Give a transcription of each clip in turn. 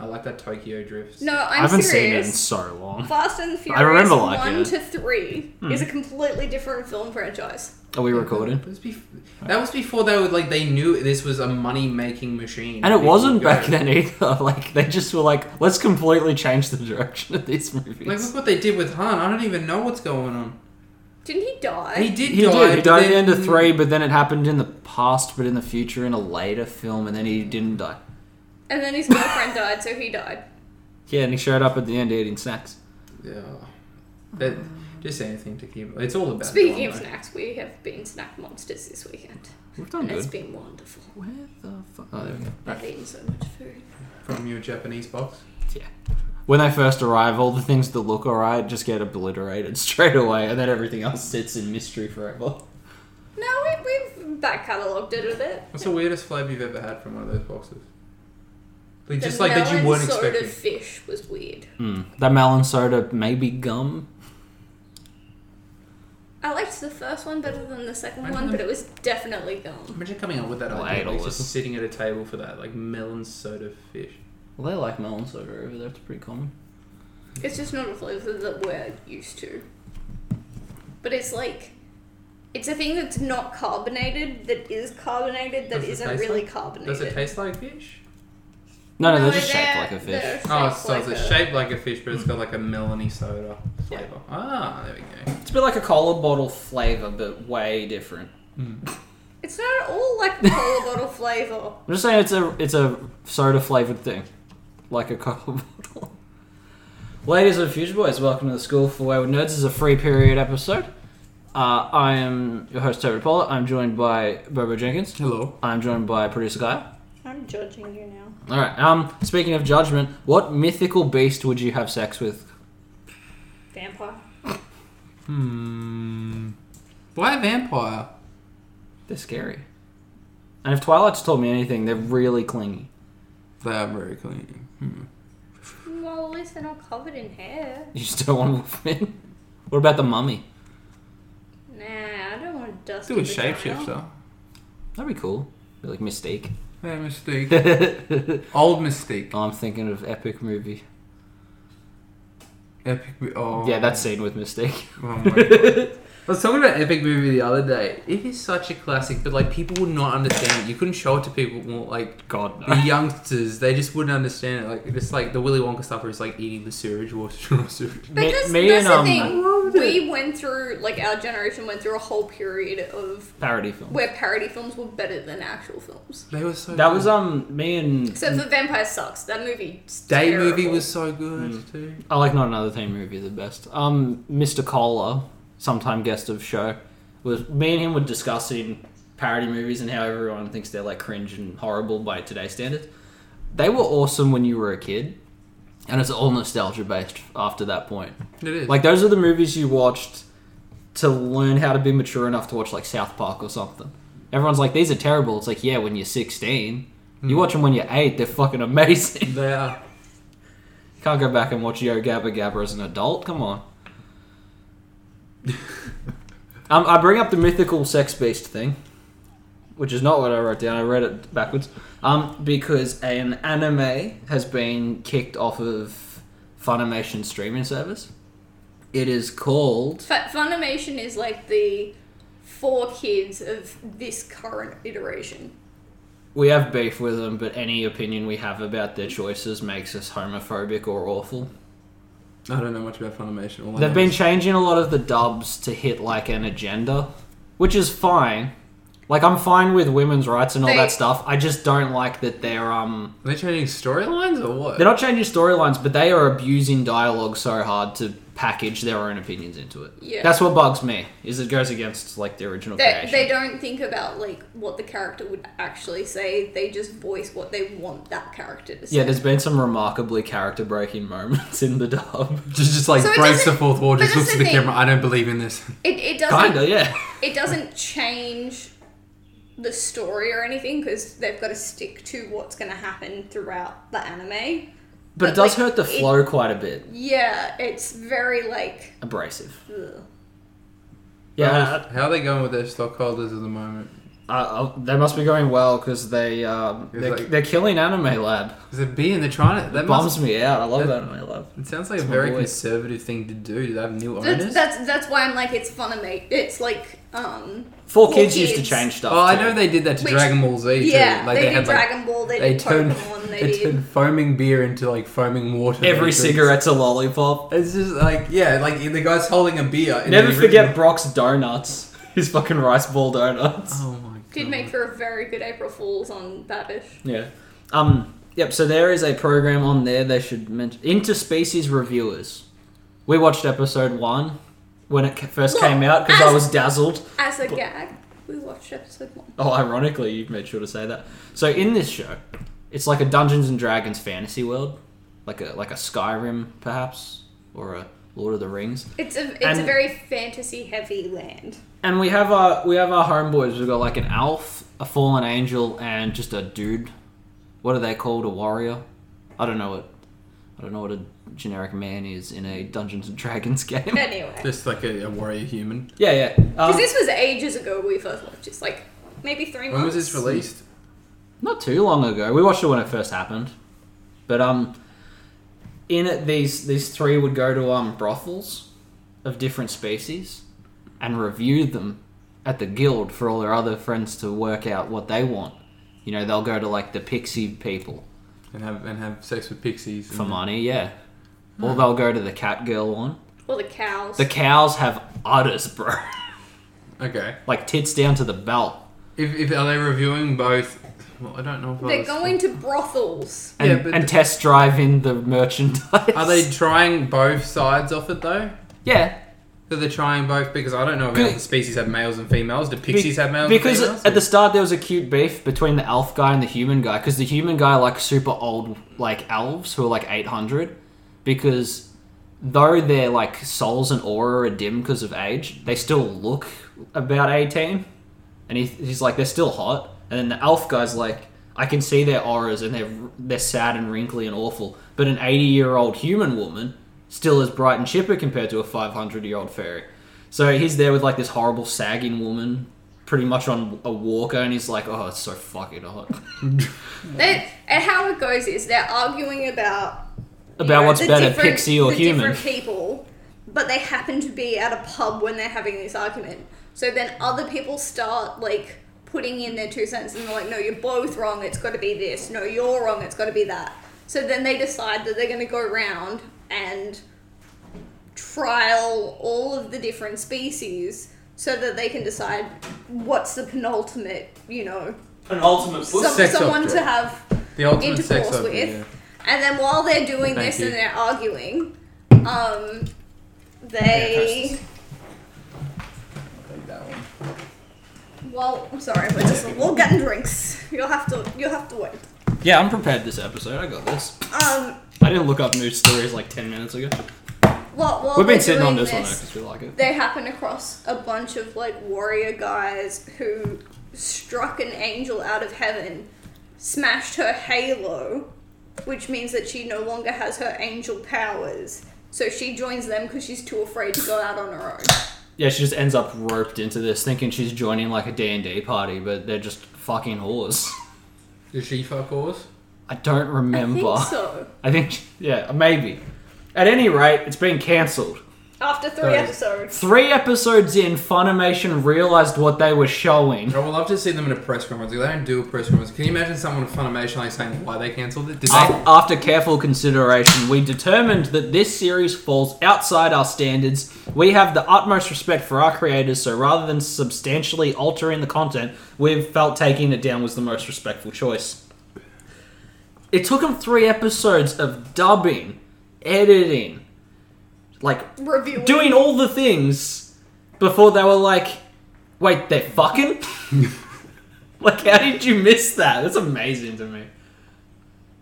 I like that Tokyo Drift. No, I'm I haven't seen it serious. in so long. Fast and Furious remember liking one it. to three is a completely different film franchise. Are we recording? It was bef- that was before they were like they knew this was a money making machine. And it People wasn't go- back then either. Like they just were like, let's completely change the direction of these movies. Like look what they did with Han. I don't even know what's going on. Didn't he die? He did. He die, did. He but died at then- the end of three, but then it happened in the past, but in the future, in a later film, and then he didn't die. and then his girlfriend died, so he died. Yeah, and he showed up at the end eating snacks. Yeah. That, just anything to keep. It's all about. Speaking of Domino. snacks, we have been snack monsters this weekend, We've done and it's Oh, good. been wonderful. Where the fuck? Oh, there we go. I've eaten so much food. from your Japanese box. Yeah. When they first arrive, all the things that look alright just get obliterated straight away, and then everything else sits in mystery forever. No, we, we've back catalogued it a bit. What's the weirdest flavor you've ever had from one of those boxes? Like, The just like that you melon weren't sort expecting. of fish was weird. That melon soda, maybe gum. I liked the first one better than the second Mine one, was- but it was definitely gum. Imagine coming up with that Well, idea, like idol just is- sitting at a table for that, like melon soda fish. Well, they like melon soda over there. It's pretty common. It's just not a flavour that we're used to. But it's like, it's a thing that's not carbonated, that is carbonated, that Does it isn't taste really like- carbonated. Does it taste like fish? No, no, No, they're just shaped like a they're fish. shaped Oh, so it's like Mm. a- shaped like a fish, but it's got like a melony soda flavor. Yeah. Ah, there we go. It's a bit like a cola bottle flavor, but way different. It's not at all like the cola bottle flavour. I'm just saying it's a it's a soda flavored thing, like a cola bottle. Ladies and future boys, welcome to the School for Wayward Nerds. This is a free period episode. Uh, I am your host Toby Pollard. I'm joined by Bobo Jenkins. Hello. I'm joined by producer Guy. I'm judging you now. All right. Um, speaking of judgment, what mythical beast would you have sex with? Vampire. Hmm. Why a vampire? They're scary. And if Twilight's told me anything, they're really clingy. They are very clean. Hmm. Well, at least they're not covered in hair. You just don't want Wolfman. What about the mummy? Nah, I don't want to dust Do a vagina. shapeshifter. That'd be cool. Be like Mystique. Yeah, Mystique. oh, Old Mystique. I'm thinking of epic movie. Epic. mo- Oh. Yeah, that scene with Mystique. Oh my God. I was talking about epic movie the other day. It is such a classic, but like people would not understand it. You couldn't show it to people. More, like God the no. youngsters, they just wouldn't understand it. Like just like the Willy Wonka stuff, where he's like eating the sewage, water, or sewage. But Me- that's, me that's and, um, the thing. We went through, like, our generation went through a whole period of Parody film. where parody films were better than actual films. They were so. That good. was um me and Except for Vampire Sucks. That movie. Day movie was so good too. I like not another teen movie the best. Um, Mr. Kohler, sometime guest of show, was me and him were discussing parody movies and how everyone thinks they're like cringe and horrible by today's standards. They were awesome when you were a kid, and it's all nostalgia based after that point. It is Like those are the movies you watched to learn how to be mature enough to watch like South Park or something. Everyone's like, these are terrible. It's like, yeah, when you're 16. You watch them when you're 8, they're fucking amazing. they are. Can't go back and watch Yo Gabba Gabba as an adult. Come on. um, I bring up the mythical sex beast thing, which is not what I wrote down. I read it backwards. Um, because an anime has been kicked off of Funimation streaming service. It is called. Fa- Funimation is like the four kids of this current iteration. We have beef with them, but any opinion we have about their choices makes us homophobic or awful. I don't know much about Funimation. All I They've know been is- changing a lot of the dubs to hit like an agenda, which is fine. Like I'm fine with women's rights and all They- that stuff. I just don't like that they're um Are they changing storylines or what? they're not changing storylines, but they are abusing dialogue so hard to package their own opinions into it. Yeah. That's what bugs me. Is it goes against like the original They, creation. they don't think about like what the character would actually say. They just voice what they want that character to say. yeah, there's been some remarkably character breaking moments in the dub. just, just like So it breaks the doesn't- fourth wall, but just that's looks at the the thing. camera. I don't believe in this. It, it doesn't Kinda, yeah. it doesn't change the story or anything because they've got to stick to what's going to happen throughout the anime. But it like, does hurt the it- flow quite a bit. Yeah, it's very like. Abrasive. Ugh. Yeah, How are they going with their stockholders at the moment? Uh, they must be going well because they um, It's they're, like- they're killing Anime Lab. Is it B and they're trying to? That That must, bums me out. I love that- Anime Lab. it sounds like a It's my very boy. conservative thing to do. Do they have new That's, owners? that's that's why I'm like it's Funimate. It's like um Four, Four kids, used to kids. change stuff. oh, I too. know they did that to Which- Dragon Ball Z too. yeah like they, they, did had like Dragon Ball they, they did turned Pokemon they, they, did turned foaming beer into like foaming water. Every It's- cigarette's a lollipop. It's just like yeah, like the guy's holding a beer. and Never they've forget written- Brock's donuts. His fucking rice ball donuts. Oh my god. did make for a very good April Fools on Babish. Yeah. Um. Yep. So there is a program on there. They should mention interspecies reviewers. We watched episode one when it ca- first Look, came out because I as- was dazzled. As a gag, we watched episode one. Oh, ironically, you made sure to say that. So in this show, it's like a Dungeons and Dragons fantasy world, like a like a Skyrim perhaps, or a Lord of the Rings. It's a it's a And- very fantasy heavy land. And we have our we have our homeboys. We've got like an elf, a fallen angel, and just a dude. What are they called? A warrior? I don't know what I don't know what a generic man is in a Dungeons and Dragons game. Anyway, Just like a, a warrior human. yeah, yeah. Um, because this was ages ago we first watched this, like maybe three months. When was this released? not too long ago. We watched it when it first happened. But um in it these these three would go to um brothels of different species and review them at the guild for all their other friends to work out what they want. You know, they'll go to like the pixie people And have and have sex with pixies. for and- money, yeah. Hmm. Or they'll go to the cat girl one. Or the cows. The cows have udders, bro. Okay. like tits down to the belt. If, if are they reviewing both? Well, I don't know. If I They're was- going to brothels. And, Yeah, but- and test drive in the merchandise. Are they trying both sides of it though? Yeah, So they're trying both because I don't know if Good. other species have males and females. Do Be- pixies have males? Because and females? at the start there was a cute beef between the elf guy and the human guy. Because the human guy like super old like elves who are like eight hundred. Because though their like souls and aura are dim because of age, they still look about eighteen. And he, he's like they're still hot. And then the elf guy's like I can see their auras and they're they're sad and wrinkly and awful. But an eighty year old human woman still is bright and chipper compared to a five hundred year old fairy. So he's there with like this horrible sagging woman, pretty much on a walker, and he's like, "Oh, it's so fucking hot." They, and how it goes is they're arguing about you About know, what's the better, different- pixie or the human? Different people, but they happen to be at a pub when they're having this argument. So then other people start like putting in their two cents, and they're like, "No, you're both wrong. It's got to be this. No, you're wrong. It's got to be that." So then they decide that they're going to go around and trial all of the different species so that they can decide what's the penultimate, you know, An ultimate some, sex someone object. to have the ultimate sex intercourse of with. it, yeah. And then while they're doing Thank this you. and they're arguing, Yeah, um, they. Take that one. Well, I'm sorry, we're just we're getting drinks. You'll have to you'll have to wait. Yeah, I'm prepared this episode. I got this. Um, I didn't look up news stories like ten minutes ago. while, while We've they're been sitting on doing this, one because we like it. They happen across a bunch of like warrior guys who struck an angel out of heaven, smashed her halo, which means that she no longer has her angel powers. So she joins them because she's too afraid to go out on her own. Yeah, she just ends up roped into this, thinking she's joining like a D and D party, but they're just fucking whores. Does she fuck horse? I don't remember. I think so. I think yeah, maybe. At any rate, it's been cancelled. After three Sorry. episodes. Three episodes in, Funimation realized what they were showing. I would love to see them in a press conference. Like, they don't do a press conference. Can you imagine someone at Funimation like saying why they cancelled it? Did they? Af- After careful consideration, we determined that this series falls outside our standards. We have the utmost respect for our creators, so rather than substantially altering the content, we've felt taking it down was the most respectful choice. It took them three episodes of dubbing, editing, like Reviewing. doing all the things before they were like, wait, they're fucking? like, how did you miss that? That's amazing to me.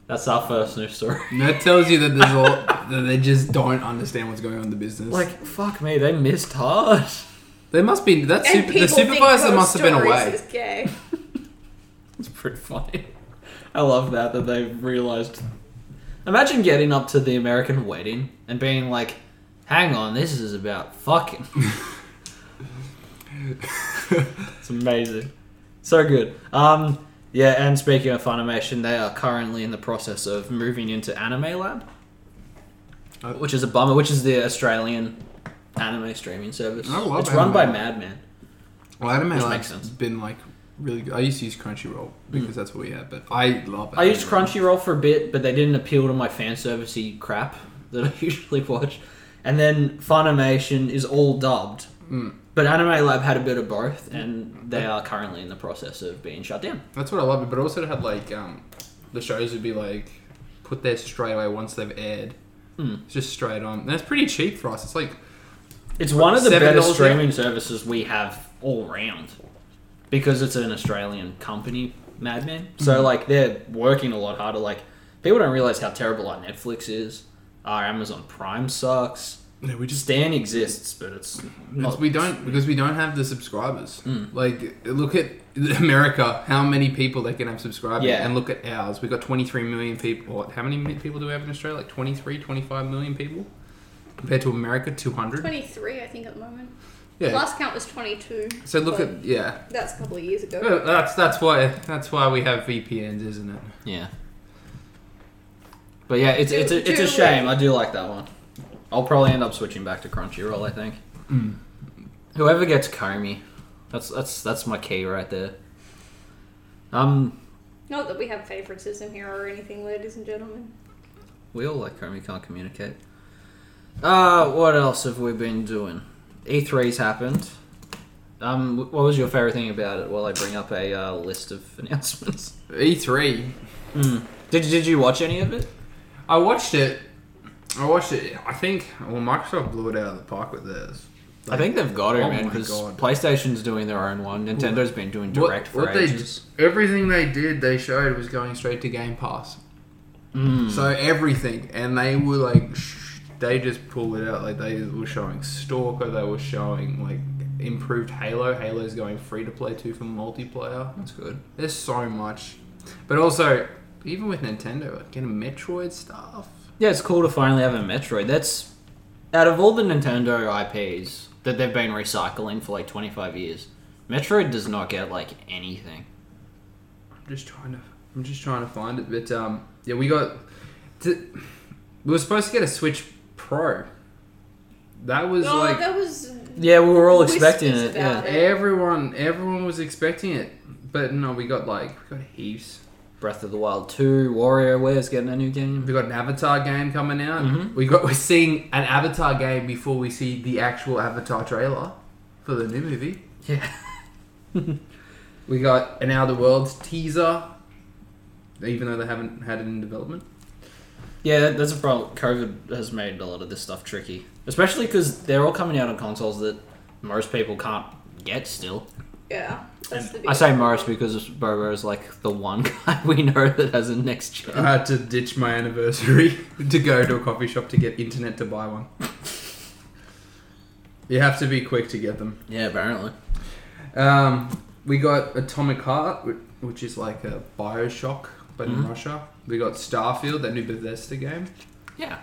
That's our first news story. And that tells you that there's all that they just don't understand what's going on in the business. Like, fuck me, they missed hard. they must be that And super, the people think supervisor Ghost must have been Stories away. Is gay. It's pretty funny. I love that, that they realized. Imagine getting up to the American wedding and being like, hang on, this is about fucking. it's amazing. So good. Um, yeah, and speaking of Funimation, they are currently in the process of moving into Anime Lab, Oh. which is a bummer. Which is the Australian anime streaming service. I love it's run anime. by Madman. Well, anime Which Lab's makes sense. been like really good. I used to use Crunchyroll because that's what we had, but Hmm. I love it. I used Crunchyroll for a bit, but they didn't appeal to my fan servicey crap that I usually watch. And then Funimation is all dubbed. Mm. But Anime Lab had a bit of both, and they are currently in the process of being shut down. That's what I love. But it also had like um, the shows would be like put there straight away once they've aired. Mm. It's just straight on, and it's pretty cheap for us. It's like It's one of the $7 better now? streaming services we have all round because it's an Australian company, Madman. So Hmm. like they're working a lot harder. Like people don't realize how terrible our Netflix is. Our Amazon Prime sucks. no, we Stan exists, but it's It's- not. Hmm. we don't because we don't have the subscribers. Like look at America, how many people they can have subscribers, Yeah. and look at ours. We got 23 million people. What, how many mi- people do we have in Australia? Like 23, 25 million people compared to America, 200. 23, I think, at the moment. Yeah. Last count was 22. so look but at yeah. That's a couple of years ago. Uh, That's that's why that's why we have VPNs, isn't it? Yeah. But yeah, it's it's a, it's Do- a do shame. I do like that one. I'll probably end up switching back to Crunchyroll. I think. Whoever gets Comey, that's that's that's my key right there. Um, Not that we have favoritism here or anything, ladies and gentlemen. we all like Comey can't communicate. Uh, what else have we been doing? E3's happened. Um, wh- what was your favorite thing about it? While I bring up a uh, list of announcements. E E3. Did did you watch any of it? I watched it. I watched it. I think well, Microsoft blew it out of the park with theirs. I think they've got it, Oh man. my Because God. PlayStation's doing their own one. Nintendo's been doing What- direct for what they- ages. everything they did, they showed was going straight to Game Pass. Mm. So everything, and they were like, sh- they just pulled it out. Like they were showing Stalker, they were showing like improved Halo. Halo's going free to play too for multiplayer. That's good. There's so much, but also even with Nintendo, like getting Metroid stuff. Yeah, it's cool to finally have a Metroid. That's out of all the Nintendo IPs that they've been recycling for like 25 years. Metroid does not get like anything. I'm just trying to, I'm just trying to find it. But um, yeah, we got, to, we were supposed to get a Switch Pro. That was No, like Oh, that was. Yeah, we were all Whispers expecting it. about Yeah. it. Everyone, everyone was expecting it, but no, we got like we got heaps. Breath of the Wild 2, WarioWare's getting a new game. We got an Avatar game coming out. Mhm. We got we're seeing an Avatar game before we see the actual Avatar trailer for the new movie. Yeah. We got an Outer Worlds teaser, even though they haven't had it in development. Yeah, that- that's a problem. COVID has made a lot of this stuff tricky, especially because they're all coming out on consoles that most people can't get still. Yeah. That's the I biggest say one. Morris because Bobo is like the one guy we know that has a next gen. I had to ditch my anniversary to go to a coffee shop to get internet to buy one. you have to be quick to get them. yeah, apparently. Um, we got Atomic Heart, wh- which is like a Bioshock, but in Mhm. Russia. We got Starfield, that new Bethesda game. Yeah.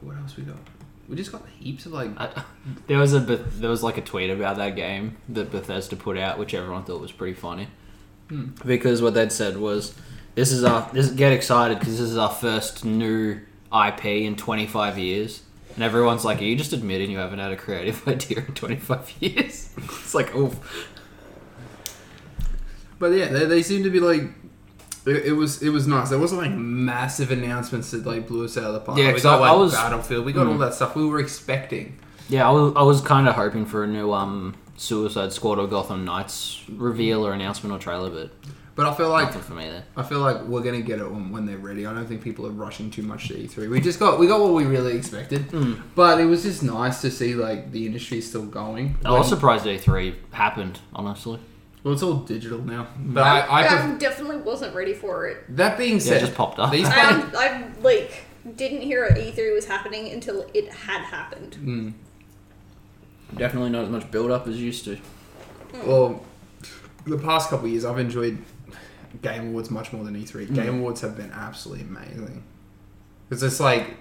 What else we got? We just got heaps of like. I, there was a Beth- there was like a tweet about that game that Bethesda put out, which everyone thought was pretty funny, Hmm. because what they'd said was, "This is our this get excited because this is our first new IP in 25 years." And everyone's like, "Are you just admitting you haven't had a creative idea in 25 years?" it's like, oof. But yeah, they, they seem to be like. It, it was it was nice. There wasn't like massive announcements that like blew us out of the park. Yeah, we 'cause got I- like I was- Battlefield. We got Mm. all that stuff we were expecting. Yeah, I was, I was kind of hoping for a new um Suicide Squad or Gotham Knights reveal or announcement or trailer, but But I feel like nothing for me there. I feel like we're gonna get it when, when they're ready. I don't think people are rushing too much to E3. We just got we got what we really expected, Mm. but it was just nice to see like the industry still going. I was Like, surprised E3 happened, honestly. well, it's all digital now. But I, I I pref- definitely wasn't ready for it. that being Yeah, said, it just popped up. these I, play- am- I like didn't hear E3 was happening until it had happened. Mm. Definitely not as much build up as used to. well, the past couple of years, I've enjoyed Game Awards much more than E3. Mm. Game Awards have been absolutely amazing. Because it's like,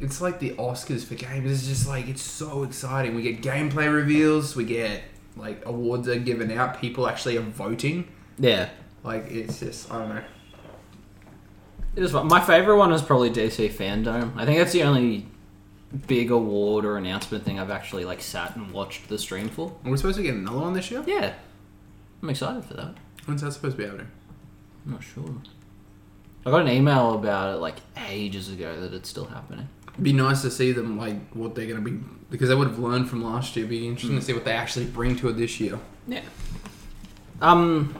it's like the Oscars for games. It's just like it's so exciting. We get gameplay reveals. We get like awards are given out, people actually are voting. Yeah. Like it's just I don't know. It is fun. My favorite one is probably DC Fandom. I think that's the only big award or announcement thing I've actually like sat and watched the stream for. Are we supposed to get another one this year? Yeah, I'm excited for that. When's that supposed to be happening? I'm not sure. I got an email about it like ages ago that it's still happening. It'd be nice to see them like what they're gonna be because they would have learned from last year. It'd be interesting to see what they actually bring to it this year. Yeah. Um,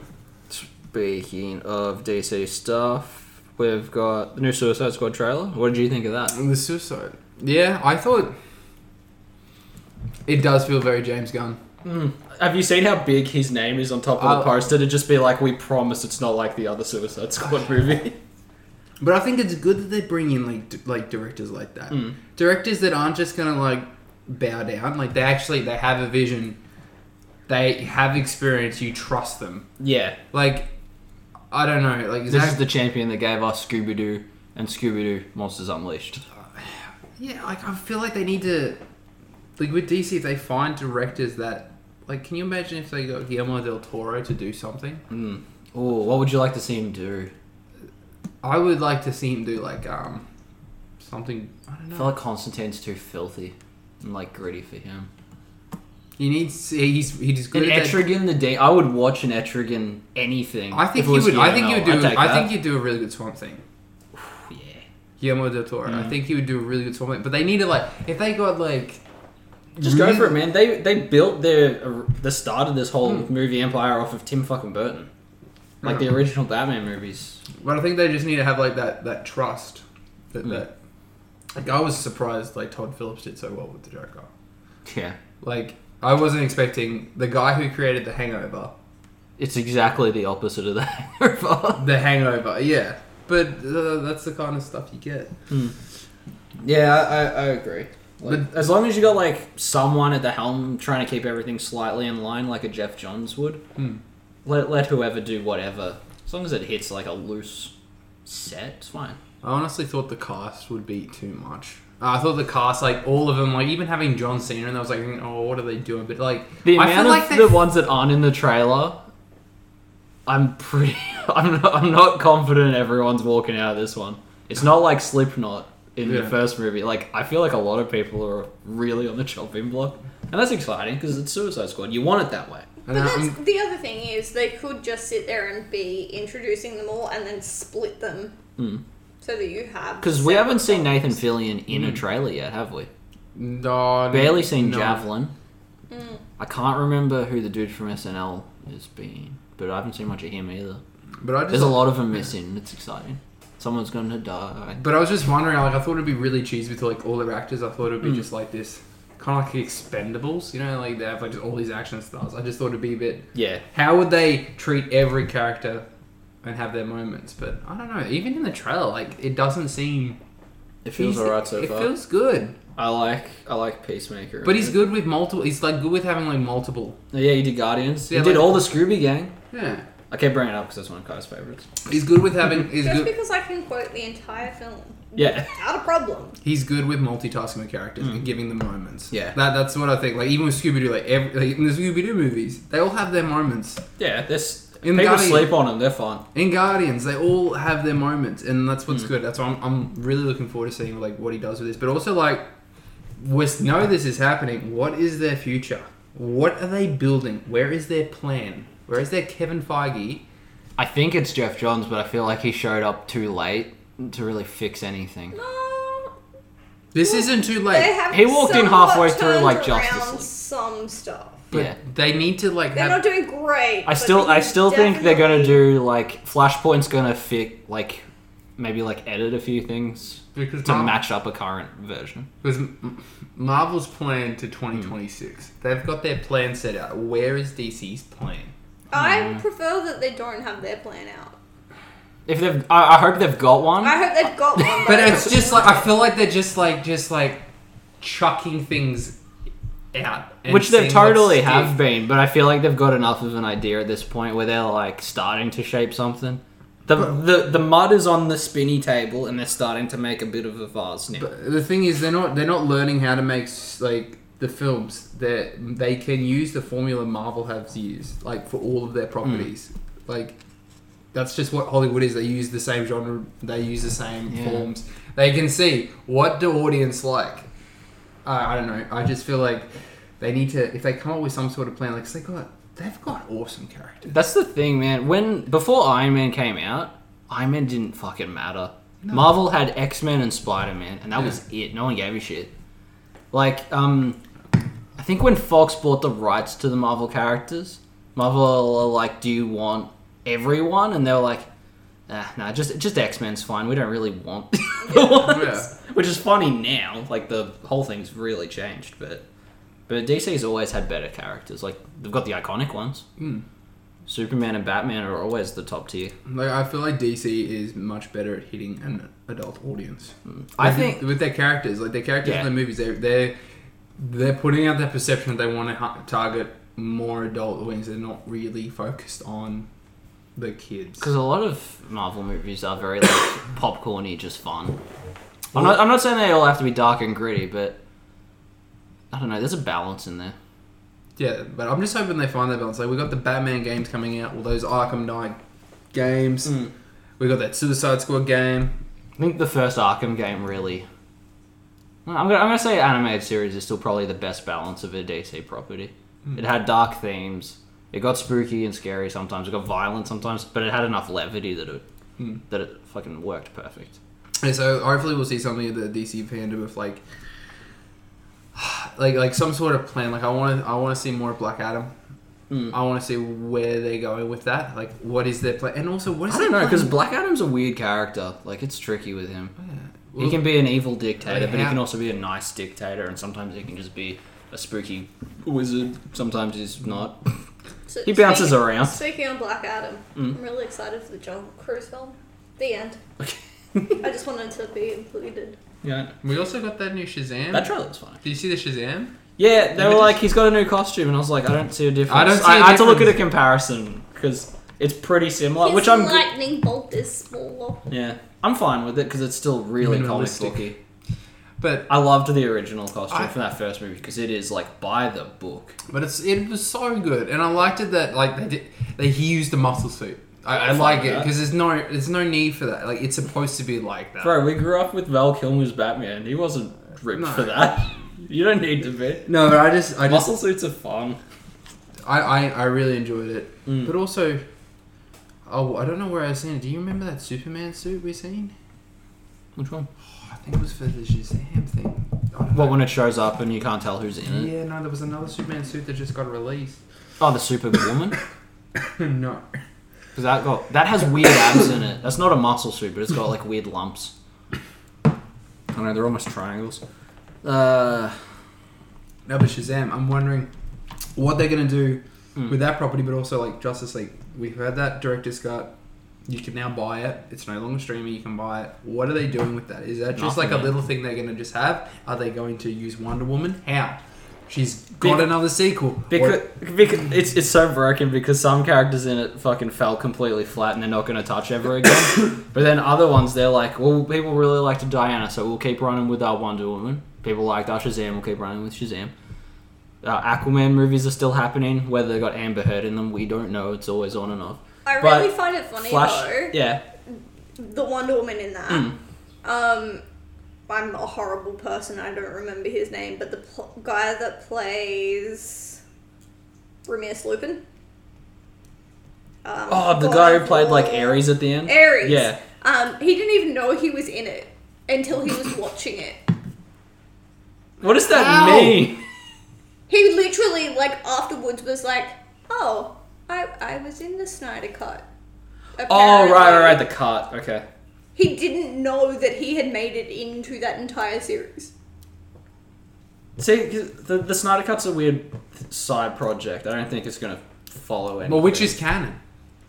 speaking of DC stuff, we've got the new Suicide Squad trailer. What did you think of that? The suicide. Yeah, I thought it does feel very James Gunn. Have you seen how big his name is on top of Uh, the poster? To just be like, we promise it's not like the other Suicide Squad movie. But I think it's good that they bring in like d- like directors like that, directors that aren't just gonna like bow down. Like they actually they have a vision, they have experience. You trust them. yeah. Like I don't know. Like This Zack- is the champion that gave us Scooby Doo and Scooby Doo Monsters Unleashed. Yeah, like I feel like they need to, like with DC, if they find directors that, like, can you imagine if they got Guillermo del Toro to do something? Oh, what would you like to see him do? I would like to see him do like um, something. I don't I know. feel like Constantine's too filthy and like gritty for him. You need he's he's An good at that- Etrigan the D. I would watch an Etrigan anything. I if think it he was would. I think he Guillermo. would do. I'd take I that. think he'd do a really good Swamp Thing. yeah. Guillermo del Toro. Mm. I think he would do a really good Swamp Thing. But they need to like if they got like. Just go really- for it, man. They they built their uh, the start of this whole movie empire off of Tim fucking Burton, like the original Batman movies. But I think they just need to have like that that trust that Mm. that. Like I was surprised like Todd Phillips did so well with the Joker. Yeah, Like I wasn't expecting the guy who created The Hangover. it's exactly the opposite of that. The Hangover, yeah. But uh, that's the kind of stuff you get. yeah, I, I agree. Like- but as long as you got like someone at the helm trying to keep everything slightly in line, like a Jeff Johns would, let let whoever do whatever. As long as it hits like a loose set, it's fine. I honestly thought the cast would be too much. Uh, I thought the cast, like all of them, like even having John Cena, and I was like, oh, what are they doing? But like, The I amount feel of like they- the ones that aren't in the trailer, I'm pretty. I'm not, I'm not confident everyone's walking out of this one. It's not like Slipknot in Yeah. the first movie. Like I feel like a lot of people are really on the chopping block, and that's exciting because it's Suicide Squad. You want it that way. and But I'm- that's, the other thing is they could just sit there and be introducing them all and then split them so that you have Because Hmm. we haven't separate seen Nathan Fillion in a trailer yet, have we? no, Barely seen Mm. no. Javelin. Mm. I can't remember who the dude from SNL is being, but I haven't seen much of him either. But I just, There's a lot of them missing. It's exciting. Someone's going to die. But I was just wondering, like, I thought it'd be really cheesy with like all their actors. I thought it'd Hmm. be just like this, kind of like Expendables, you know, like they have like just all these action stars. I just thought it'd be a bit Yeah. How would they treat every character and have their moments? But I don't know. Even in the trailer, like it doesn't seem. It feels he's- alright so it far. feels good, I like I like Peacemaker. but he's good with multiple. He's like good with having like multiple. Yeah, he did Guardians. Yeah, he did like- all the Scooby Gang. Yeah, I kept bringing it up because that's one of Kai's favorites. he's good with having. He's Just good. because I can quote the entire film Yeah. without a problem. He's good with multitasking with characters and giving them moments. Mm. Yeah. that that's what I think. Like even with Scooby Doo, like, every, like in the Scooby Doo movies, they all have their moments. Yeah, this In people Guardian- sleep on him. They're fine. In Guardians, they all have their moments, and that's what's Hmm. good. That's why I'm, I'm really looking forward to seeing like what he does with this. But also, like, we know this is happening. What is their future? What are they building? Where is their plan? Where is their Kevin Feige? I think it's Jeff Johns, but I feel like he showed up too late to really fix anything. No, This isn't too they late, have He walked in halfway somewhat through, turned like, Justice around League. Some stuff. but Yeah. they need to like They're have. not doing great. I still I still think they're gonna do like Flashpoint's gonna fit like maybe like edit a few things because to Mar- match up a current version. because M- Marvel's plan Hmm. to 2026. They've got their plan set out. Where is DC's plan? I Hmm. prefer that they don't have their plan out. If they've, I, I hope they've got one. I hope they've got one. But it's just like I feel like they're just like just like chucking things out, and Which they seeing what totally sticks. have been, but I feel like they've got enough of an idea at this point where they're like starting to shape something. The, the the mud is on the spinny table and they're starting to make a bit of a vase now. But the thing is, they're not they're not learning how to make s- like the films that they can use the formula Marvel has used, like for all of their properties. Like that's just what Hollywood is. They use the same genre. They use the same Yeah. forms. They can see what the audience like. I I don't know. I just feel like they need to if they come up with some sort of plan. Like 'cause they got they've got awesome characters. That's the thing, man. When before Iron Man came out, Iron Man didn't fucking matter. Marvel had X Men and Spider Man, and that was it. No one gave a shit. Like, um, I think when Fox bought the rights to the Marvel characters, Marvel were like, "Do you want everyone?" And they were like, "Nah, nah, just just X Men's fine. We don't really want the ones." Which is funny now. Like the whole thing's really changed, but but DC's always had better characters. Like they've got the iconic ones. Superman and Batman are always the top tier. Like I feel like DC is much better at hitting an adult audience. Mm. I With- think with their characters, like their characters Yeah. in the movies, they're they're they're putting out that perception that they want to ha- target more adult wings. They're not really focused on the kids. because a lot of Marvel movies are very like popcorny, just fun. I'm not, I'm not saying they all have to be dark and gritty, but I don't know. There's a balance in there. Yeah, but I'm just hoping they find that balance. Like we got the Batman games coming out, all those Arkham Knight games. Mm. We got that Suicide Squad game. I think the first Arkham game really. Well, I'm gonna, I'm gonna say animated series is still probably the best balance of a DC property. It had dark themes. It got spooky and scary sometimes. It got violent sometimes, but it had enough levity that it that it fucking worked perfect. And so hopefully we'll see something at the DC fandom of like, like like some sort of plan. Like I want to I want to see more Black Adam. I want to see where they're going with that. Like what is their plan? And also what is I don't their know because plan- Black Adam's a weird character. Like it's tricky with him. Well, he can be an evil dictator, like but he how- can also be a nice dictator, and sometimes he can just be a spooky wizard. Sometimes he's not. So He bounces speaking, around. Mm. Speaking of Black Adam, I'm really excited for the Jungle Cruise film. The end. Okay. I just wanted to be included. yeah, We also got that new Shazam. that trailer was funny. Did you see the Shazam? Yeah, they Images. were like, he's got a new costume, and I was like, I don't see a difference. I don't see I, a I had to look at a difference. comparison because it's pretty similar, His which I'm good. lightning bolt is smaller. Yeah, I'm fine with it because it's still really comic Minimalistic. booky. But I loved the original costume I- from that first movie because it is like by the book. But it's it was so good, and I liked it that like they did, they he used the muscle suit. I, I Fuck like it that. because there's no there's no need for that. Like it's supposed to be like that. Bro, we grew up with Val Kilmer's Batman. He wasn't ripped No. for that. you don't need to be. No, but I just I just Muscle suits are fun. I, I, I really enjoyed it. But also, oh I don't know where I seen it. Do you remember that Superman suit we seen? Oh, Which one? I think it was for the Shazam thing. I don't Well, know. when it shows up and you can't tell who's in it. Yeah, no, there was another Superman suit that just got released. Oh, the Superwoman. no, Because that got that has weird abs in it. That's not a muscle suit, but it's got like weird lumps. I don't know. They're almost triangles. Uh, no, but Shazam. I'm wondering what they're gonna do hmm. with that property, but also like Justice League. We've had that director's cut. You can now buy it. It's no longer streaming. You can buy it. What are they doing with that? Is that just like Nothing, a man. little thing they're going to just have? Are they going to use Wonder Woman? How? She's got Bec- another sequel. because, Or- because it's it's so broken because some characters in it fucking fell completely flat and they're not going to touch ever again. but then other ones they're like, well, people really liked Diana, so we'll keep running with our Wonder Woman. People liked our Shazam, we'll keep running with Shazam. Uh, Aquaman movies are still happening. Whether they got Amber Heard in them, we don't know. It's always on and off. I But really find it funny though. Flash, yeah, Mm. The Wonder Woman in that. Um, I'm a horrible person. I don't remember his name, but the pl- guy that plays Ramirez Lupin. Um, Oh, the God guy of who played like War. Ares at the end. Ares. Yeah. Um, he didn't even know he was in it until he was watching it. What does that Ow. mean? He literally, like, afterwards was like, oh, I, I was in the Snyder Cut. Oh, right, right, Apparently. right. The cart. Okay. He didn't know that he had made it into that entire series. See, 'cause the the Snyder Cut's a weird side project. I don't think it's gonna follow anything. well, which is canon.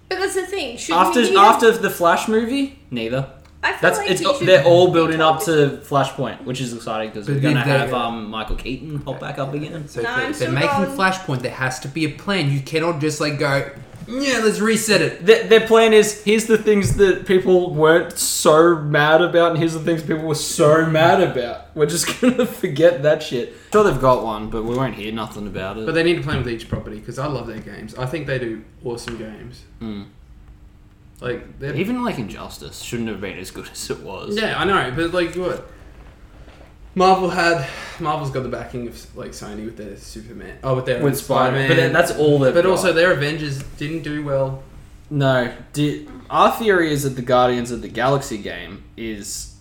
But that's the thing. Should after we even- after the Flash movie, neither. I feel That's like it's he should- they're all building up to Flashpoint, which is exciting because But we're gonna they- have um, Michael Keaton pop back up again. So No, if I'm they're, still making wrong. Flashpoint, there has to be a plan. You cannot just like go. Yeah, let's reset it. Their, their plan is here's the things that people weren't so mad about, and here's the things people were so mad about. We're just gonna forget that shit. Mm. Sure, they've got one, but we won't hear nothing about it. But they need to play with each property because I love their games. I think they do awesome games. Mm. Like they're Even like Injustice shouldn't have been as good as it was. yeah, I know, but like what Marvel had, Marvel's got the backing of like Sony with their Superman. Oh, with their with Spider-Man, but then that's all they've but got. also their Avengers didn't do well. No, di- our theory is that the Guardians of the Galaxy game is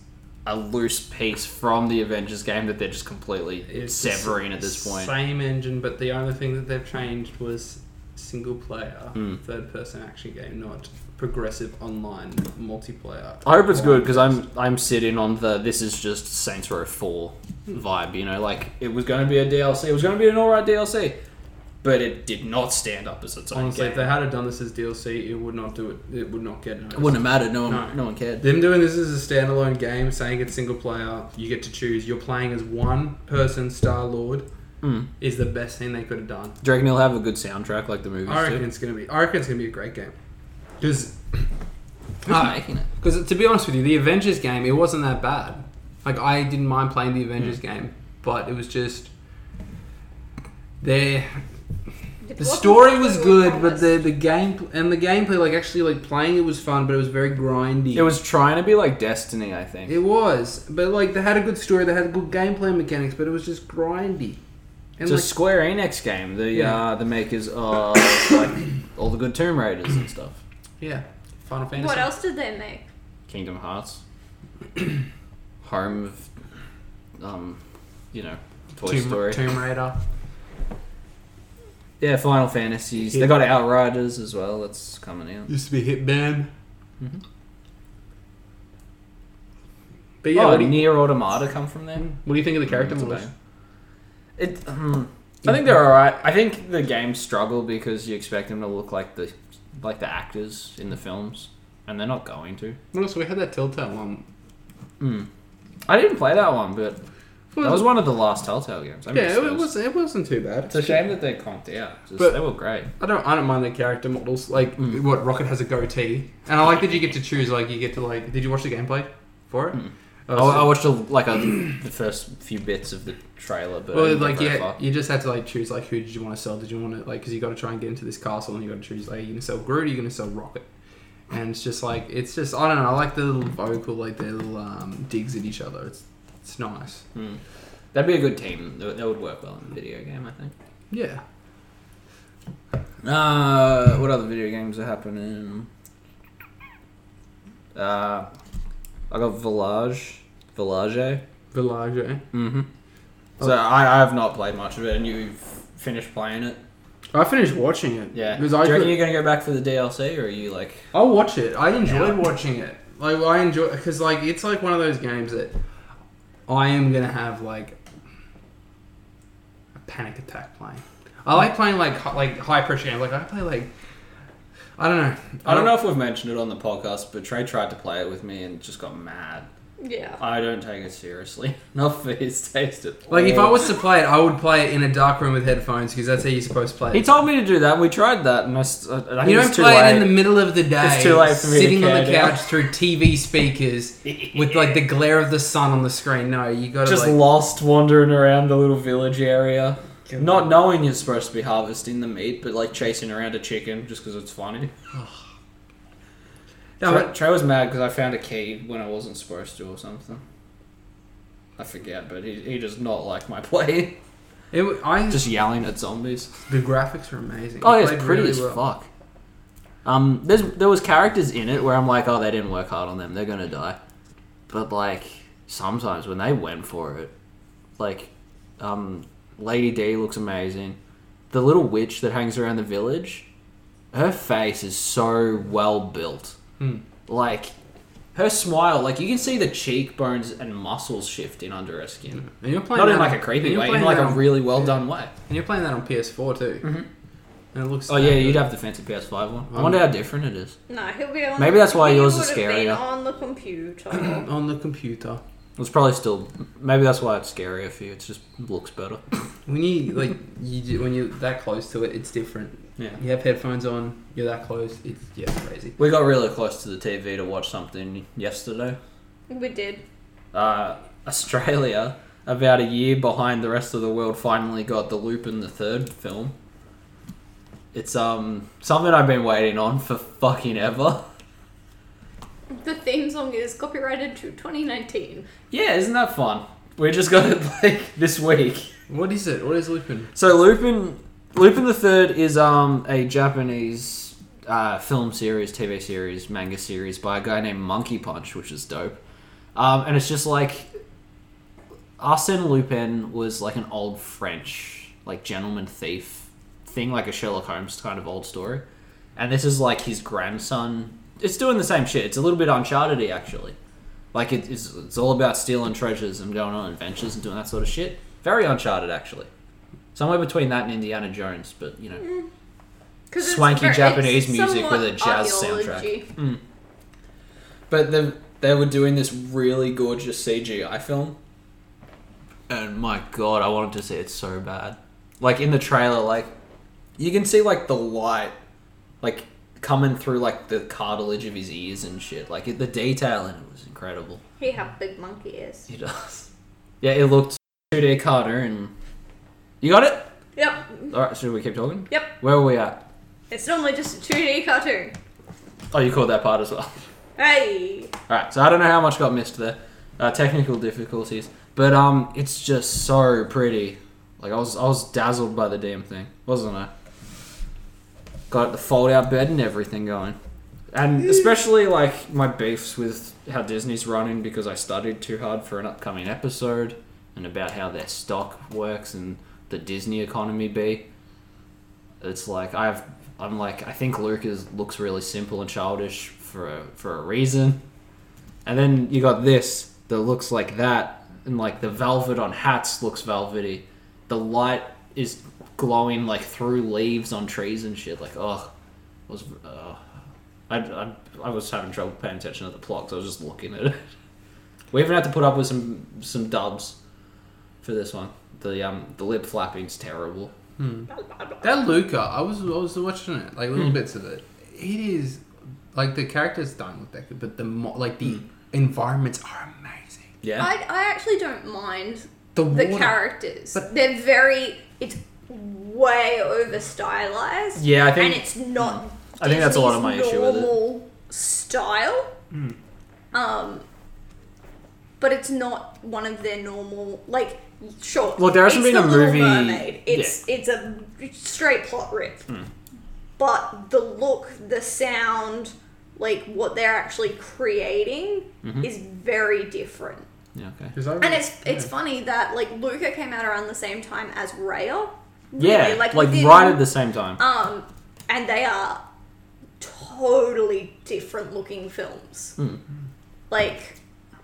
a loose piece from the Avengers game that they're just completely It's the severing at this point. Same engine, but the only thing that they've changed was single player, Mm. third person action game, not progressive online multiplayer. I hope it's Online good because I'm I'm sitting on the this is just Saints Row Four vibe. You know, like it was going to be a DLC, it was going to be an alright DLC, but it did not stand up as its own Honestly, if game. they had have done this as DLC, it would not do it. It would not get noticed. It wouldn't have mattered. No one, No. no. one cared. Them doing this as a standalone game, saying it's single player, you get to choose. You're playing as one person, Star Lord, Mm. is the best thing they could have done. Do you reckon he'll have a good soundtrack like the movies I reckon do? it's gonna be. I reckon it's gonna be a great game. Because, Who's making it? because to be honest with you, the Avengers game it wasn't that bad. Like I didn't mind playing the Avengers Hmm. game, but it was just there. The story was good, but the the game and the gameplay, like actually like playing it was fun, but it was very grindy. It was trying to be like Destiny, I think. It was, but like they had a good story, they had good gameplay mechanics, but it was just grindy. And It's a Square Enix game. The Yeah. uh, the makers of like all the good Tomb Raiders and stuff. like, yeah, Final Fantasy. What else did they make? Kingdom Hearts, home of, um, you know, Toy Tomb, Story. Tomb Raider. Yeah, Final Fantasies. Yeah. They got Outriders as well. That's coming out. Used to be Hitman. Mhm. But yeah, Mm-hmm. oh, what, do you, Near Automata come from there. what do you think of the character It's a models? bang. It. Um, I think they're all right. I think the games struggle because you expect them to look like the like the actors in the films, and they're not going to. What else? We had that Telltale one. Mm. I didn't play that one, but that Well, was one of the last Telltale games. I yeah, miss it, those. was. It wasn't too bad. It's a shame that they conked out. Just, But- they were great. I don't. I don't mind the character models. Like Mm. what Rocket has a goatee, and I like that you get to choose. Like you get to like. Did you watch the gameplay for it? Mm. Oh, I, so- I watched a, like a, the first few bits of the trailer, but I Well, didn't get like very yeah, far. you just had to like choose like who did you want to sell? Did you want to like because you got to try and get into this castle and you got to choose like you gonna sell Groot, or you gonna sell Rocket, and it's just like it's just I don't know. I like the little vocal like their little um, digs at each other. It's it's nice. Mm. that'd be a good team. That, would- that would work well in a video game, I think. Yeah, Uh, what other video games are happening? Uh, I got Village, Village. Village. eh? Mm-hmm. So I, I have not played much of it, and you've finished playing it. I finished watching it. Yeah. Do because you I reckon could, you're gonna go back for the DLC, or are you like? I'll watch it. I enjoyed Yeah. watching it. Like I enjoy because like it's like one of those games that I am gonna have like a panic attack playing. I like playing like hi- like high pressure games. Like I play like I don't know. I don't know if we've mentioned it on the podcast, but Trey tried to play it with me and just got mad. Yeah. I don't take it seriously enough for his taste. At Like if I all. was to play it, I would play it in a dark room with headphones because that's how you're supposed to play it. he told me to do that. We tried that, and I, s- I- I think you it's don't too play late. it in the middle of the day. It's too late for me to Sitting on the care now. couch through TV speakers with like the glare of the sun on the screen. No, you got to just like, lost wandering around the little village area, Good. not knowing you're supposed to be harvesting the meat, but like chasing around a chicken just because it's funny. No, Trey, but- Trey was mad because I found a key when I wasn't supposed to or something. I forget, but he, he does not like my play. it, w- I Just yelling at zombies. the graphics are amazing. Oh, It yeah, played it's pretty really as well. fuck. Um, there's there was characters in it where I'm like, oh, they didn't work hard on them. They're gonna die. But like sometimes when they went for it, like, um, Lady D looks amazing. The little witch that hangs around the village, her face is so well built. Hmm. Like, her smile, like you can see the cheekbones and muscles shifting under her skin. And you're playing Not in that like on- a creepy and you're way, in playing like a that on- really well done way. And you're playing that on PS4 too. Mhm. And it looks. Oh yeah, you'd have the fancy PS5 one. I wonder how different it is. No, he'll be on. Maybe that's why he yours is would've been scarier. on the computer. on the computer. It's probably still. Maybe that's why it's scarier for you. It just looks better. When you like you do, when you're that close to it, it's different. Yeah. You have headphones on. You're that close. It's yeah, crazy. We got really close to the TV to watch something yesterday. We did. Uh, Australia, about a year behind the rest of the world, finally got the Lupin the Third film. It's um something I've been waiting on for fucking ever. The theme song is copyrighted to 2019. Yeah, isn't that fun? We just got it like this week. What is it? What is Lupin? So Lupin, Lupin the Third is um a Japanese uh, film series, TV series, manga series by a guy named Monkey Punch, which is dope. Um, and it's just like Arsène Lupin was like an old French like gentleman thief thing, like a Sherlock Holmes kind of old story. And this is like his grandson. It's doing the same shit. It's a little bit uncharted actually. Like it- it's it's all about stealing treasures and going on adventures and doing that sort of shit. Very uncharted actually. Somewhere between that and Indiana Jones, but you know. 'Cause it's Swanky ver- it's Japanese music somewhat with a jazz soundtrack. archaeology. But then they were doing this really gorgeous CGI film. And my god, I wanted to see it so bad. Like in the trailer, like you can see like the light like coming through like the cartilage of his ears and shit. Like it, the detail in it was incredible. He had big monkey ears. He does. Yeah, it looked 2D cartoon. You got it? Yep. Alright, should we keep talking? Yep. Where were we at? It's normally just a 2D cartoon. Oh, you caught that part as well. Hey. All right, so I don't know how much got missed there, uh, technical difficulties, but um, it's just so pretty. Like I was, I was dazzled by the damn thing, wasn't I? Got the fold-out bed and everything going, and especially like my beefs with how Disney's running because I studied too hard for an upcoming episode, and about how their stock works and the Disney economy be. It's like I've, I'm like I think Luke is, looks really simple and childish for a, for a reason. And then you got this that looks like that, and like the velvet on hats looks velvety. The light is glowing like through leaves on trees and shit. Like, oh, it was uh, I, I I was having trouble paying attention to the plot 'cause I was just looking at it. We even had to put up with some some dubs for this one. The um the lip flapping's terrible. That Luca, I was I was watching it like little bits of it. It is like the characters don't look that good, but the mo- like the environments are amazing. Yeah. I, I actually don't mind The, the water, characters. But- They're very. It's way over stylized. Yeah, I think- Hmm. and it's not. I think that's a lot of my Disney's issue with it. Hmm. normal Style. Um. But it's not one of their normal like. Sure. Look, there hasn't it's been the a Little movie- Mermaid. It's it's a straight plot rip. Hmm. But the look, the sound, like what they're actually creating, is very different. Mm-hmm. yeah. Okay. 'Cause I And really- it's it's funny that like Luca came out around the same time as Raya. Yeah, Really, like, within- right at the same time. um, and they are totally different looking films. Hmm. Like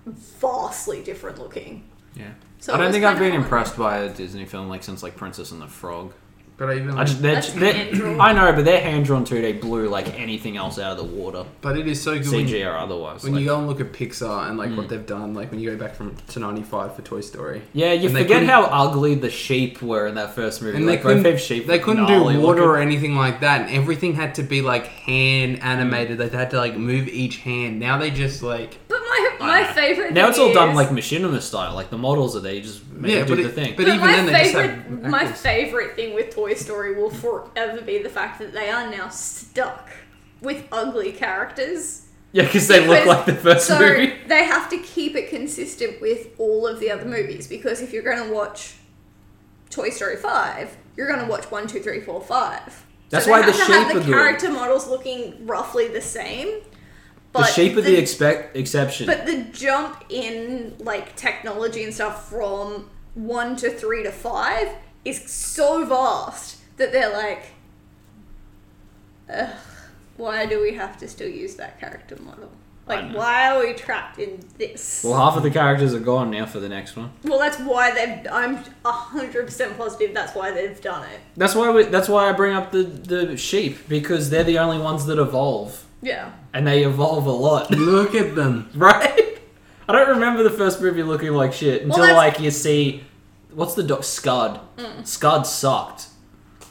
vastly different looking. yeah. So I it don't was think I've kinda been fun. impressed by a Disney film like since like Princess and the Frog. but I even I just, like- they're, That's they're, hand-drawn. I know, but they're hand drawn 2D blue like anything else out of the water, but it is so good when, CG or otherwise. when like- you go and look at Pixar and like what they've done. Like when you go back from to '95 for Toy Story. yeah, you and they forget couldn't- how ugly the sheep were in that first movie. And like, they couldn't, Rofev's sheep. they were couldn't gnarly do water looking. or anything like that, and everything had to be like hand animated. They had to like move each hand. Now they just like But my I my know. favorite Now thing it's all done is- like machinima style. Like the models are there, you just make Yeah, them do but the it- thing. but- even my then, they just have favorite, my actors. favorite thing with Toy Story will forever be the fact that they are now stuck with ugly characters. yeah, because they look Because- like the first so movie. They have to keep it consistent with all of the other movies because if you're going to watch Toy Story 5, you're going to watch one, two, three, four, five. That's so why they have the to have shape the are good. character models looking roughly the same. But The sheep are the expect exception. but the jump in like technology and stuff from 1 to 3 to 5 is so vast that they're like Ugh, why do we have to still use that character model? Like know. why are we trapped in this? well, half of the characters are gone now for the next one. Well, that's why they've I'm 100% positive that's why they've done it. That's why we, that's why I bring up the, the sheep because they're the only ones that evolve, Yeah. and they evolve a lot, look at them. right? I don't remember the first movie looking like shit until that's- Mm. like you see what's the dog Scud. Scud sucked.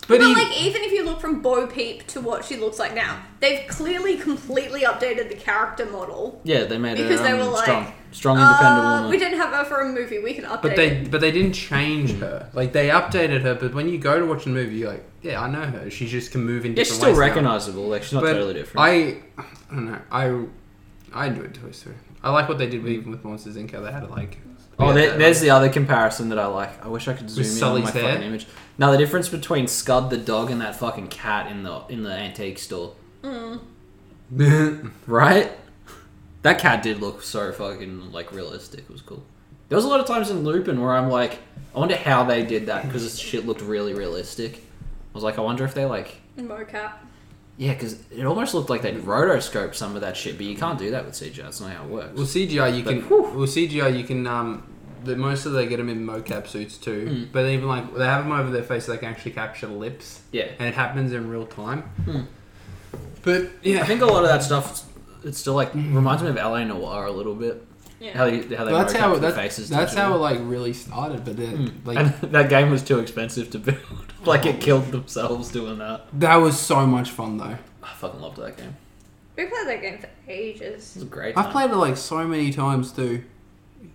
But But he- like even if you look from Bo Peep to what she looks like now. They've clearly completely updated the character model. Yeah, they made Because her they um, were like, strong, strong, independent Uh, woman. we didn't have her for a movie. We can update. But they it. but they didn't change her. Like they updated her, but when you go to watch the movie, you're like, yeah, I know her. She just can move in yeah, different she's still ways now. recognizable. Like she's not But totally different. I, I don't know. I I enjoyed Toy Story. I like what they did with, even with Monsters Inc. How they had it like. oh, yeah, there- that, there's like- the other comparison that I like. I wish I could zoom in Sully's on my there? fucking image. Now the difference between Scud the dog and that fucking cat in the in the antique store, right? That cat did look so fucking like realistic. It was cool. There was a lot of times in Lupin where I'm like, I wonder how they did that because this shit looked really realistic. I was like, I wonder if they like mocap. Yeah, because it almost looked like they'd rotoscope some of that shit, but you can't do that with CGI. That's not how it works. Well, CGI you But, can. whew. Well, CGI you can. Um, the, most of they get them in mocap suits too. Hmm. But even like they have them over their face, so they can actually capture lips, yeah, and it happens in real time. But yeah, Hmm. I think a lot of that stuff. It's still like reminds me of LA Noir a little bit. Yeah. How you, how they that's mocap how the that's, faces. Hmm. that's how it digitally. like really started. But then like Oh. and that game was too expensive to build. like it killed themselves doing that. that was so much fun though. I fucking loved that game. We played that game for ages. It was a great. Time. I've played it like so many times too,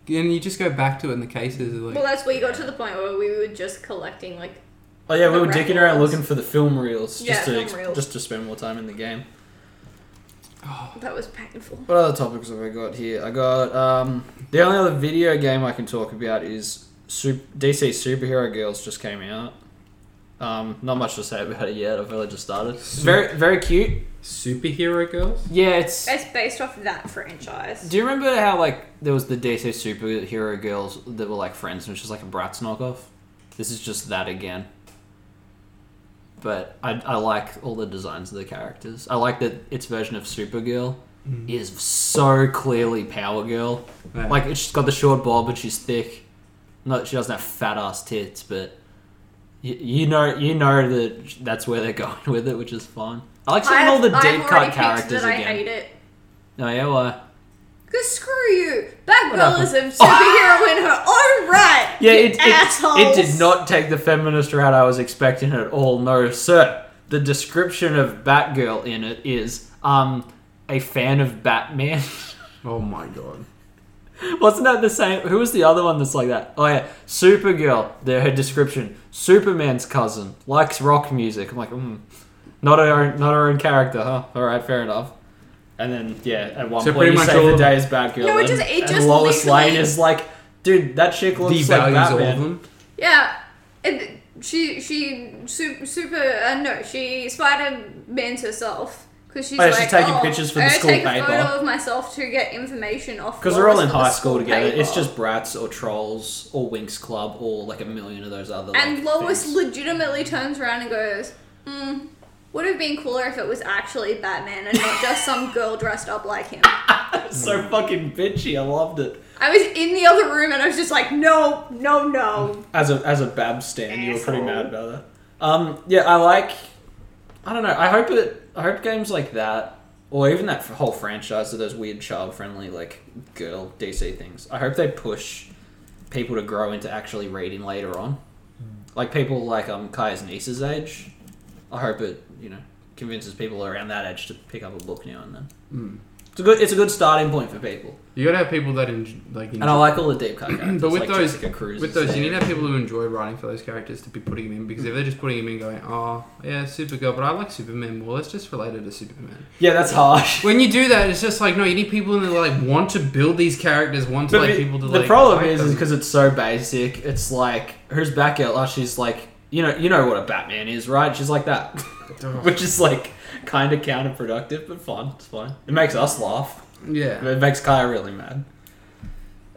and you just go back to it in the cases are, like. Well, that's where you got to the point where we were just collecting like Oh yeah, we the were dicking around records. looking for the film reels just Yeah, to film ex- reels. just to spend more time in the game. that was painful. What other topics have I got here? I got um, the only other video game I can talk about is Sup- DC Superhero Girls just came out. Um, not much to say about it yet. I've only just started. It's very very cute. superhero girls. Yeah, it's. It's based off of that franchise. Do you remember how like there was the DC Superhero Girls that were like friends, which is like a Bratz knockoff? This is just that again. But I, I like all the designs of the characters. I like that its version of Supergirl is so clearly Power Girl. Yeah. Like it's she's got the short bob and she's thick. Not she doesn't have fat ass tits, but you, you know you know that that's where they're going with it, which is fun. I like seeing I've- all the I've deep already cut picked characters that I again. hate it. No, yeah, why? Cause screw you. That What girl happened? is a superhero in her own right. Yeah, you it, it, assholes. it did not take the feminist route I was expecting at all. No, sir. The description of Batgirl in it is um a fan of Batman. Oh my god. Wasn't that the same? Who was the other one that's like that? Oh yeah, Supergirl. The, her description: Superman's cousin likes rock music. I'm like, mm, not her own, not her own character, huh? All right, fair enough. And then yeah, at one So point pretty you much say all the of- day is Batgirl. No, it and, just- it and just Lois Lane literally- is like, dude, that chick looks Devalues like all Batman. of them. Yeah, and she she super, super uh, no she Spider Man's herself because she's Oh, yeah, like she's taking oh, pictures for the I school take a paper." photo of myself to get information off Because they're all Lois in for the high school together. paper. It's just brats or trolls or Winx Club or like a million of those other. and like, Lois things. legitimately turns around and goes, hmm, would have been cooler if it was actually Batman and not just some girl dressed up like him. so fucking bitchy. I loved it. I was in the other room and I was just like, no, no, no. As a as a Bab stand, you were pretty Asshole. mad about that. Um, yeah, I like. I don't know. I hope it. I hope games like that, or even that whole franchise of those weird child friendly like girl DC things. I hope they push people to grow into actually reading later on. Hmm. Like people like um Kaya's niece's age. I hope it you know convinces people around that age to pick up a book now and then. Hmm. It's a good. It's a good starting point for people. You gotta have people that enjoy, like. And I like all the deep cut characters. But with like those, Jessica Cruz with is those, you there. need to have people who enjoy writing for those characters to be putting them in because if they're just putting them in, going, "Oh, yeah, Supergirl," but I like Superman more. Let's just relate it to Superman. yeah, that's harsh. When you do that, it's just like, no, you need people who like want to build these characters, want to But like the- people to the like. problem like is, them. is because it's so basic. It's like who's back out? Oh, she's like you know you know what a Batman is, right? She's like that, which is like kind of counterproductive, but fun. It's fine. It makes us laugh. yeah, It makes Kaya really mad.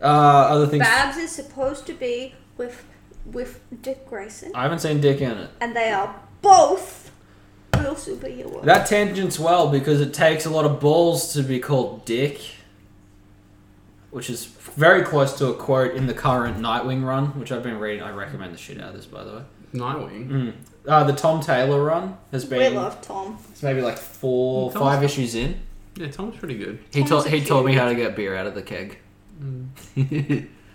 Uh, other things. Babs is supposed to be with with Dick Grayson, I haven't seen Dick in it. and they are both real superheroes. That tangents well because it takes a lot of balls to be called Dick, which is very close to a quote in the current Nightwing run, which I've been reading. I recommend the shit out of this, by the way. Nightwing. Mm. Uh, the Tom Taylor run has we been love Tom. it's maybe like four, Tom's- five issues in. Yeah, Tom's pretty good. He Tom's told a he told me kid. Mm. how to get beer out of the keg,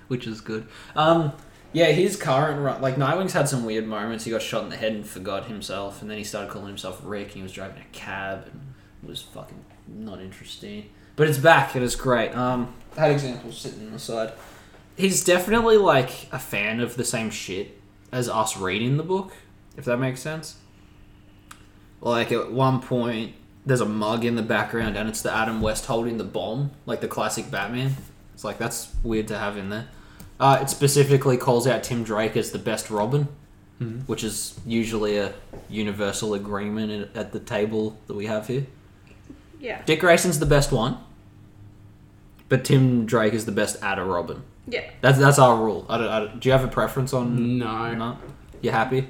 which is good. Um, Yeah, his current run, like Nightwing's had some weird moments. He got shot in the head and forgot himself, and then he started calling himself Rick. And he was driving a cab, and it was fucking not interesting. But it's back, and it's great. Um, I had examples sitting on the side. He's definitely like a fan of the same shit as us reading the book, if that makes sense. Like at one point, there's a mug in the background, and it's the Adam West holding the bomb, like the classic Batman. It's like that's weird to have in there. Uh, it specifically calls out Tim Drake as the best Robin, which is usually a universal agreement in- at the table that we have here. Yeah. Dick Grayson's the best one, but Tim Drake is the best at a Robin. Yeah. That's that's our rule. I don't, I don't- do you have a preference on? No. No? You happy?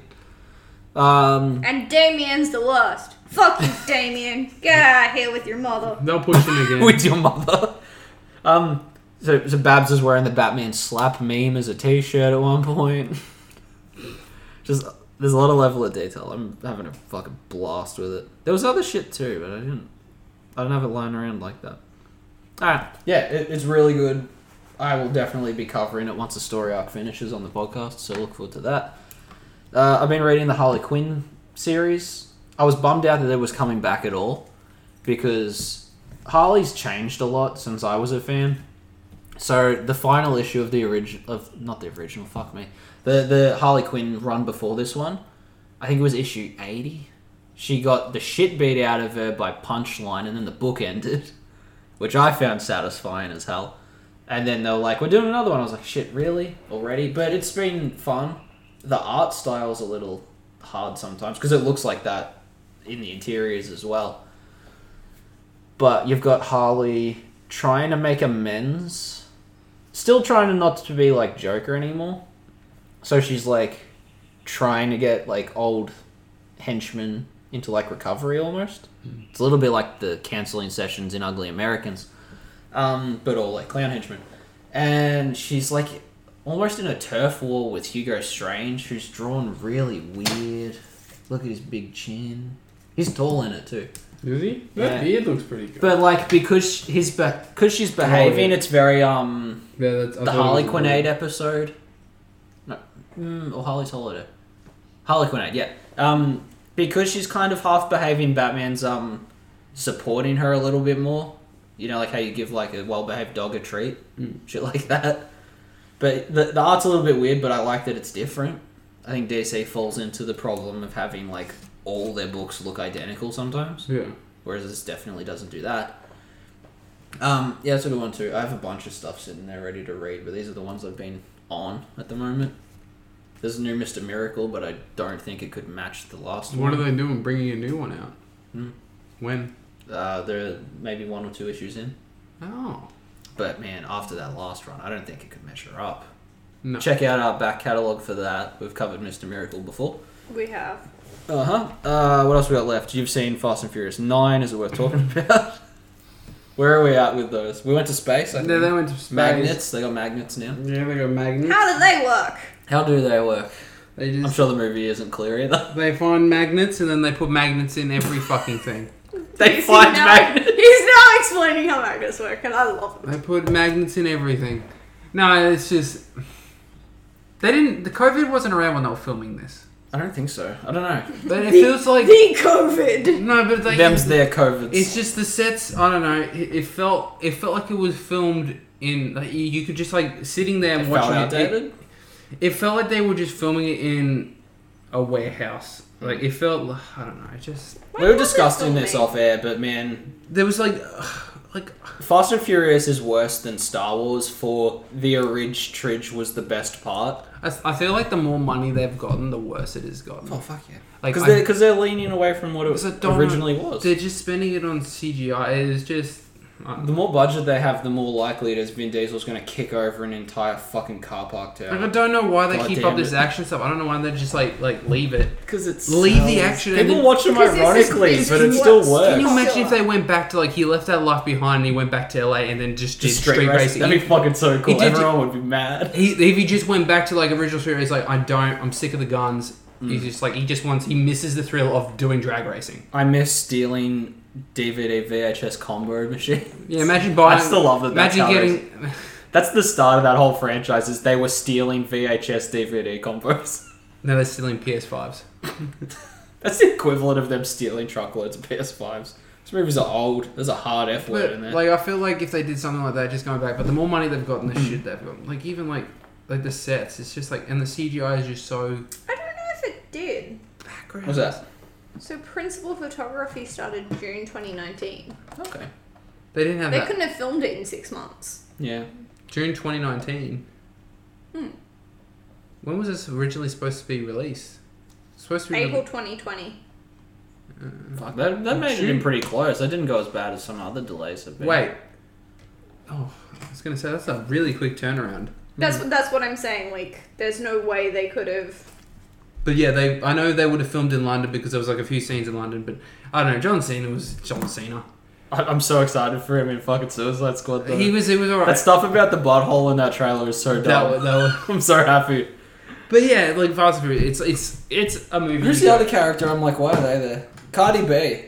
Um, And Damien's the worst. Fuck you, Damien. Get out of here with your mother. They'll push him again. with your mother. Um, so, so Babs is wearing the Batman slap meme as a t-shirt at one point. Just there's a lot of level of detail. I'm having a fucking blast with it. There was other shit too, but I didn't. I don't have it lying around like that. Alright. Yeah, it, it's really good. I will definitely be covering it once the story arc finishes on the podcast, so look forward to that. Uh, I've been reading the Harley Quinn series. I was bummed out that it was coming back at all because Harley's changed a lot since I was a fan. So the final issue of the original of not the original, fuck me, the the Harley Quinn run before this one, I think it was issue eighty. She got the shit beat out of her by Punchline, and then the book ended, which I found satisfying as hell. And then they were like, "We're doing another one." I was like, "Shit, really? Already?" But it's been fun. The art style's a little hard sometimes because it looks like that in the interiors as well but you've got Harley trying to make amends, still trying to not to be like Joker anymore. So she's like trying to get like old henchmen into like recovery almost. It's a little bit like the canceling sessions in Ugly Americans, um, but all like clown henchmen. And she's like almost in a turf war with Hugo Strange, who's drawn really weird. Look at his big chin. He's tall in it too. Is he? Yeah. That beard looks pretty good. But like because his because she's behaving, it's very um yeah, that's, I thought it the was Harley a Quinn little- Aid episode. No, mm, or Harley's Holiday. Harley Quinn Aid, yeah. Um, because she's kind of half behaving, Batman's um supporting her a little bit more. You know, like how you give like a well-behaved dog a treat, shit like that. But the, the art's a little bit weird, but I like that it's different. I think DC falls into the problem of having like all their books look identical sometimes Yeah. whereas this definitely doesn't do that. Um, yeah, that's a good one too. I have a bunch of stuff sitting there ready to read, but these are the ones I've been on at the moment. There's a new Mister Miracle, but I don't think it could match the last What are one. they doing? Bringing a new one out? Hmm. When? uh, there are maybe one or two issues in, Oh. but man, after that last run, I don't think it could measure up. No. Check out our back catalog for that. We've covered Mister Miracle before. We have. Uh-huh. Uh What else we got left? You've seen Fast and Furious Nine. Is it worth talking about? Where are we at with those? We went to space. I No, think. they went to space. Magnets. They got magnets now. Yeah, they got magnets. How do they work? How do they work? They I'm just sure the movie isn't clear either. they find magnets and then they put magnets in every fucking thing. They He's find now- magnets. He's now explaining how magnets work, and I love it. They put magnets in everything. No, it's just they didn't. The COVID wasn't around when they were filming this, I don't think so. I don't know. but it feels like The COVID. no, but like Them's their covids. It's just the sets. I don't know. It, it felt it felt like it was filmed in. Like, you- you could just like sitting there They and felt watching it. it. outdated. It felt like they were just filming it in a warehouse. Like it felt. I don't know. It just Why we were was it discussing filming? this off air, but man, there was like like Fast and Furious is worse than Star Wars. For the Ridge Tridge was the best part. I, I feel like the more money they've gotten, the worse it has gotten. Oh, fuck yeah! Like Because I- they're because they're leaning away from what It's a it dominant- originally was. they're just spending it on CGI. It is just. I don't The know. more budget they have, the more likely it is Vin Diesel's going to kick over an entire fucking car park Like, I tower. don't know why they God keep damn up this it. action stuff. I don't know why they just like like leave it. Because it's Leave the action and People then- watch them Because this is- ironically, this but is it still what's- works. Can you imagine if Sure. they went back to like he left that life behind and he went back to LA and then just did Just straight racing. That'd be He, fucking so cool. did ju- Everyone would be mad. he, if he just went back to like original street he's like I don't. I'm sick of the guns. Mm. He's just like he just wants. He misses the thrill of doing drag racing. I miss stealing DVD VHS combo machine. Yeah, imagine buying. I still love that that's Imagine how it getting. that's the start of that whole franchise. Is they were stealing VHS DVD combos. No, they're stealing PS5s. That's the equivalent of them stealing truckloads of PS5s. These movies are old. There's a hard F word But in there. like, I feel like if they did something like that, just going back. But the more money they've got, Hmm. and the shit they've got, like even like like the sets, it's just like, and the CGI is just so I don't know if it did. background. What's that? So principal photography started June 2019. Okay. They didn't have They that. couldn't have filmed it in six months. Yeah. June 2019. Hmm. When was this originally supposed to be released? It's supposed to be April 2020. Fuck, that, that made it June. in pretty close. That didn't go as bad as some other delays have been. Wait. Oh, I was gonna say that's a really quick turnaround. That's that's what I'm saying. Like, there's no way they could have. But yeah, they I know they would have filmed in London because there was like a few scenes in London. But I don't know. John Cena was John Cena. I, I'm so excited for him in fucking Suicide Squad. Though. He was. He was alright. that stuff about the butthole in that trailer is so that, wa- dumb. that wa- I'm so happy. But yeah, like Fast and Furious, it's it's it's a movie. Who's you the go- other character? I'm like, why are they there? Cardi B.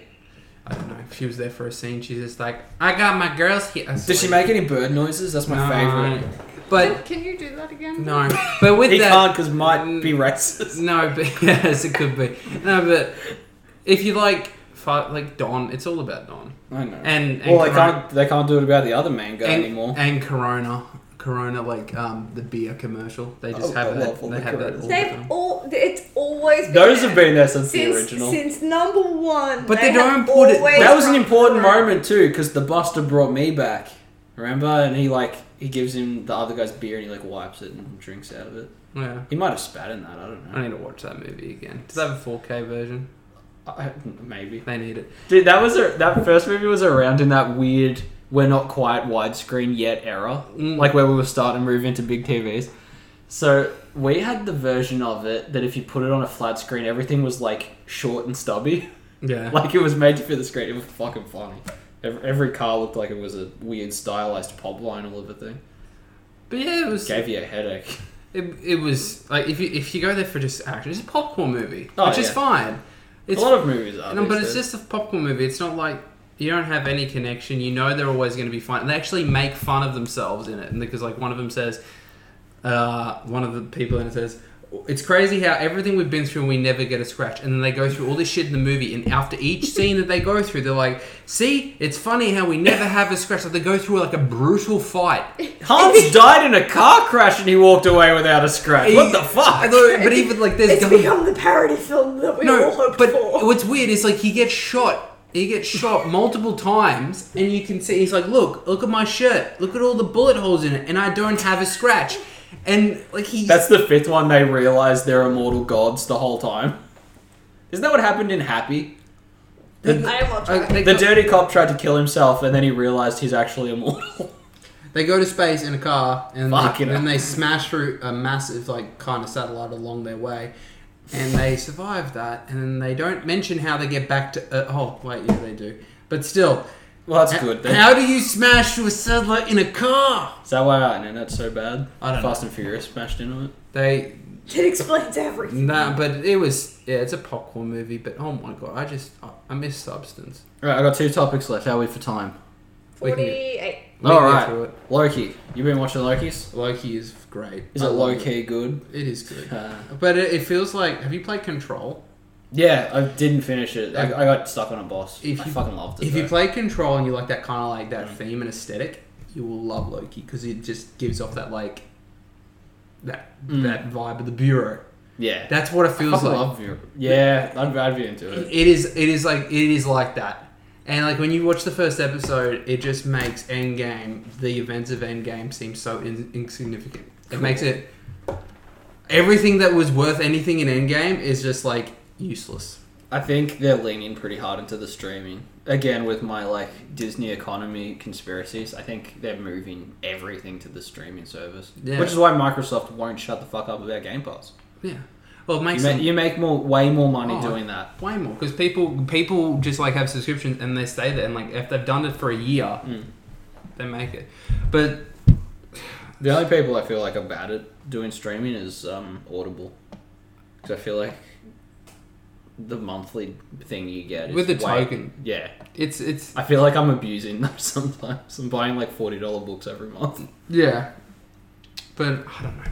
I don't know. She was there for a scene. She's just like, I got my girls here. I was Did she like, make any bird noises? That's my "No." favorite. But can you do that again? no. But with He that, Mm. can't because might be racist. No, but yes, it could be. No, but if you like, fi- like Don, it's all about Don I know. and and well, they Corona, can't. They can't do it about the other main guy and, anymore. and Corona, Corona, like um the beer commercial. They just Oh, I have love that. all They the have that all the They've time. all. It's always been Those there. have been there since, since, the original. since number one. But they have don't put it- always that was an brought- important moment too, because the Buster brought me back. Remember, and he like he gives him the other guy's beer, and he like wipes it and drinks out of it. Yeah, He might have spat in that. I don't I know. need to watch that movie again. Does that have a 4K version? I, maybe. They need it. Dude, that was a, that first movie was around in that weird we're not quite widescreen yet era, Mm. like where we were starting to move into big TVs. So we had the version of it that if you put it on a flat screen, everything was like short and stubby, Yeah. like it was made to fit the screen. It was fucking funny. Every, every car looked like it was a weird stylized pop line all over thing. But yeah, it was Gave you a headache. it, it was like if you if you go there for just action, it's a popcorn movie, Oh, which is yeah. fine. It's a lot of movies are. No, these but it's days. just a popcorn movie. It's not like you don't have any connection. You know they're always going to be fun. And they actually make fun of themselves in it, and because like one of them says, uh, one of the people in it says, "It's crazy how everything we've been through, we never get a scratch." And then they go through all this shit in the movie, and after each scene that they go through, they're like, "See, it's funny how we never have a scratch." Like they go through like a brutal fight. Hans died in a car crash and he walked away without a scratch. What the fuck? Although- but even like there's It's gun- become the parody film that we all No, hoped but for. what's weird is like he gets shot. He gets shot multiple times, and you can see he's like, "Look, look at my shirt. Look at all the bullet holes in it, and I don't have a scratch." And like he, That's the fifth one they realize they're immortal gods the whole time. Isn't that what happened in Happy? The, I love Uh, that. they, the go, dirty cop tried to kill himself and then he realized he's actually immortal. they go to space in a car, and Fucking they, then hell. they smash through a massive like kind of satellite along their way, and they survive that. And then they don't mention how they get back to. Uh, oh wait, yeah, they do. But still, Well, that's good. Then. how do you smash through a satellite in a car? Is that why our internet's so bad? I don't know. Fast and Furious smashed into it. They It explains everything. Nah, but it was yeah, it's a popcorn movie. But oh my god, I just I, I miss Substance. Right, I got two topics left. How are we for time? we can- 48. We All can get right. through it. Loki. You've been watching Loki's? Loki is great. Is I it love low key good? It is good, Uh, but it, it feels like. Have you played Control? yeah, I didn't finish it. I, I got stuck on a boss. If I you- fucking loved it. If you though. play Control and you like that kind of like that theme and aesthetic, you will love Loki because it just gives off that like that Mm. that vibe of the bureau. yeah. That's what it I feels fucking like. love you. Yeah, I'd, I'd be into it. It is. It is like it is like that. And like when you watch the first episode, it just makes Endgame the events of Endgame seem so in- insignificant. It makes it everything that was worth anything in Endgame is just like useless. I think they're leaning pretty hard into the streaming. Again, with my like Disney economy conspiracies, I think they're moving everything to the streaming service, Yeah. which is why Microsoft won't shut the fuck up about Game Pass. Yeah. Well, it You makes make, it you make more, way more money Oh. doing that. way more because people people just like have subscriptions and they stay there and like if they've done it for a year, Mm. they make it. But The only people I feel like are bad at doing streaming is um, Audible, because I feel like the monthly thing you get is With the way- token. Yeah, It's it's I feel like I'm abusing them sometimes. I'm buying like forty dollar books every month. yeah, but I don't know.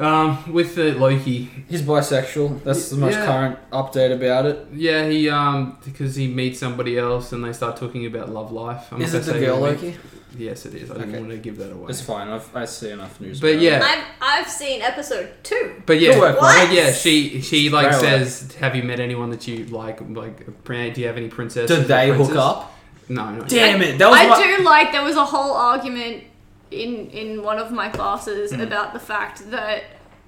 Um, with the Loki, He's bisexual. That's the most Yeah. current update about it. yeah, he um because he meets somebody else and they start talking about love life. I'm not Is it gonna the say girl who it Loki? is. Yes, it is. I Okay. didn't want to give that away. It's fine. I've I see enough news. But about it. yeah, I've, I've seen episode two. But yeah, Good work, like, Mike. yeah, she she like Very well. says, "Have you met anyone that you like? Like, pr- do you have any princesses? did or they hook princes?" up? No, no. Damn it! That was I my- do like there was a whole argument in in one of my classes Mm-hmm. about the fact that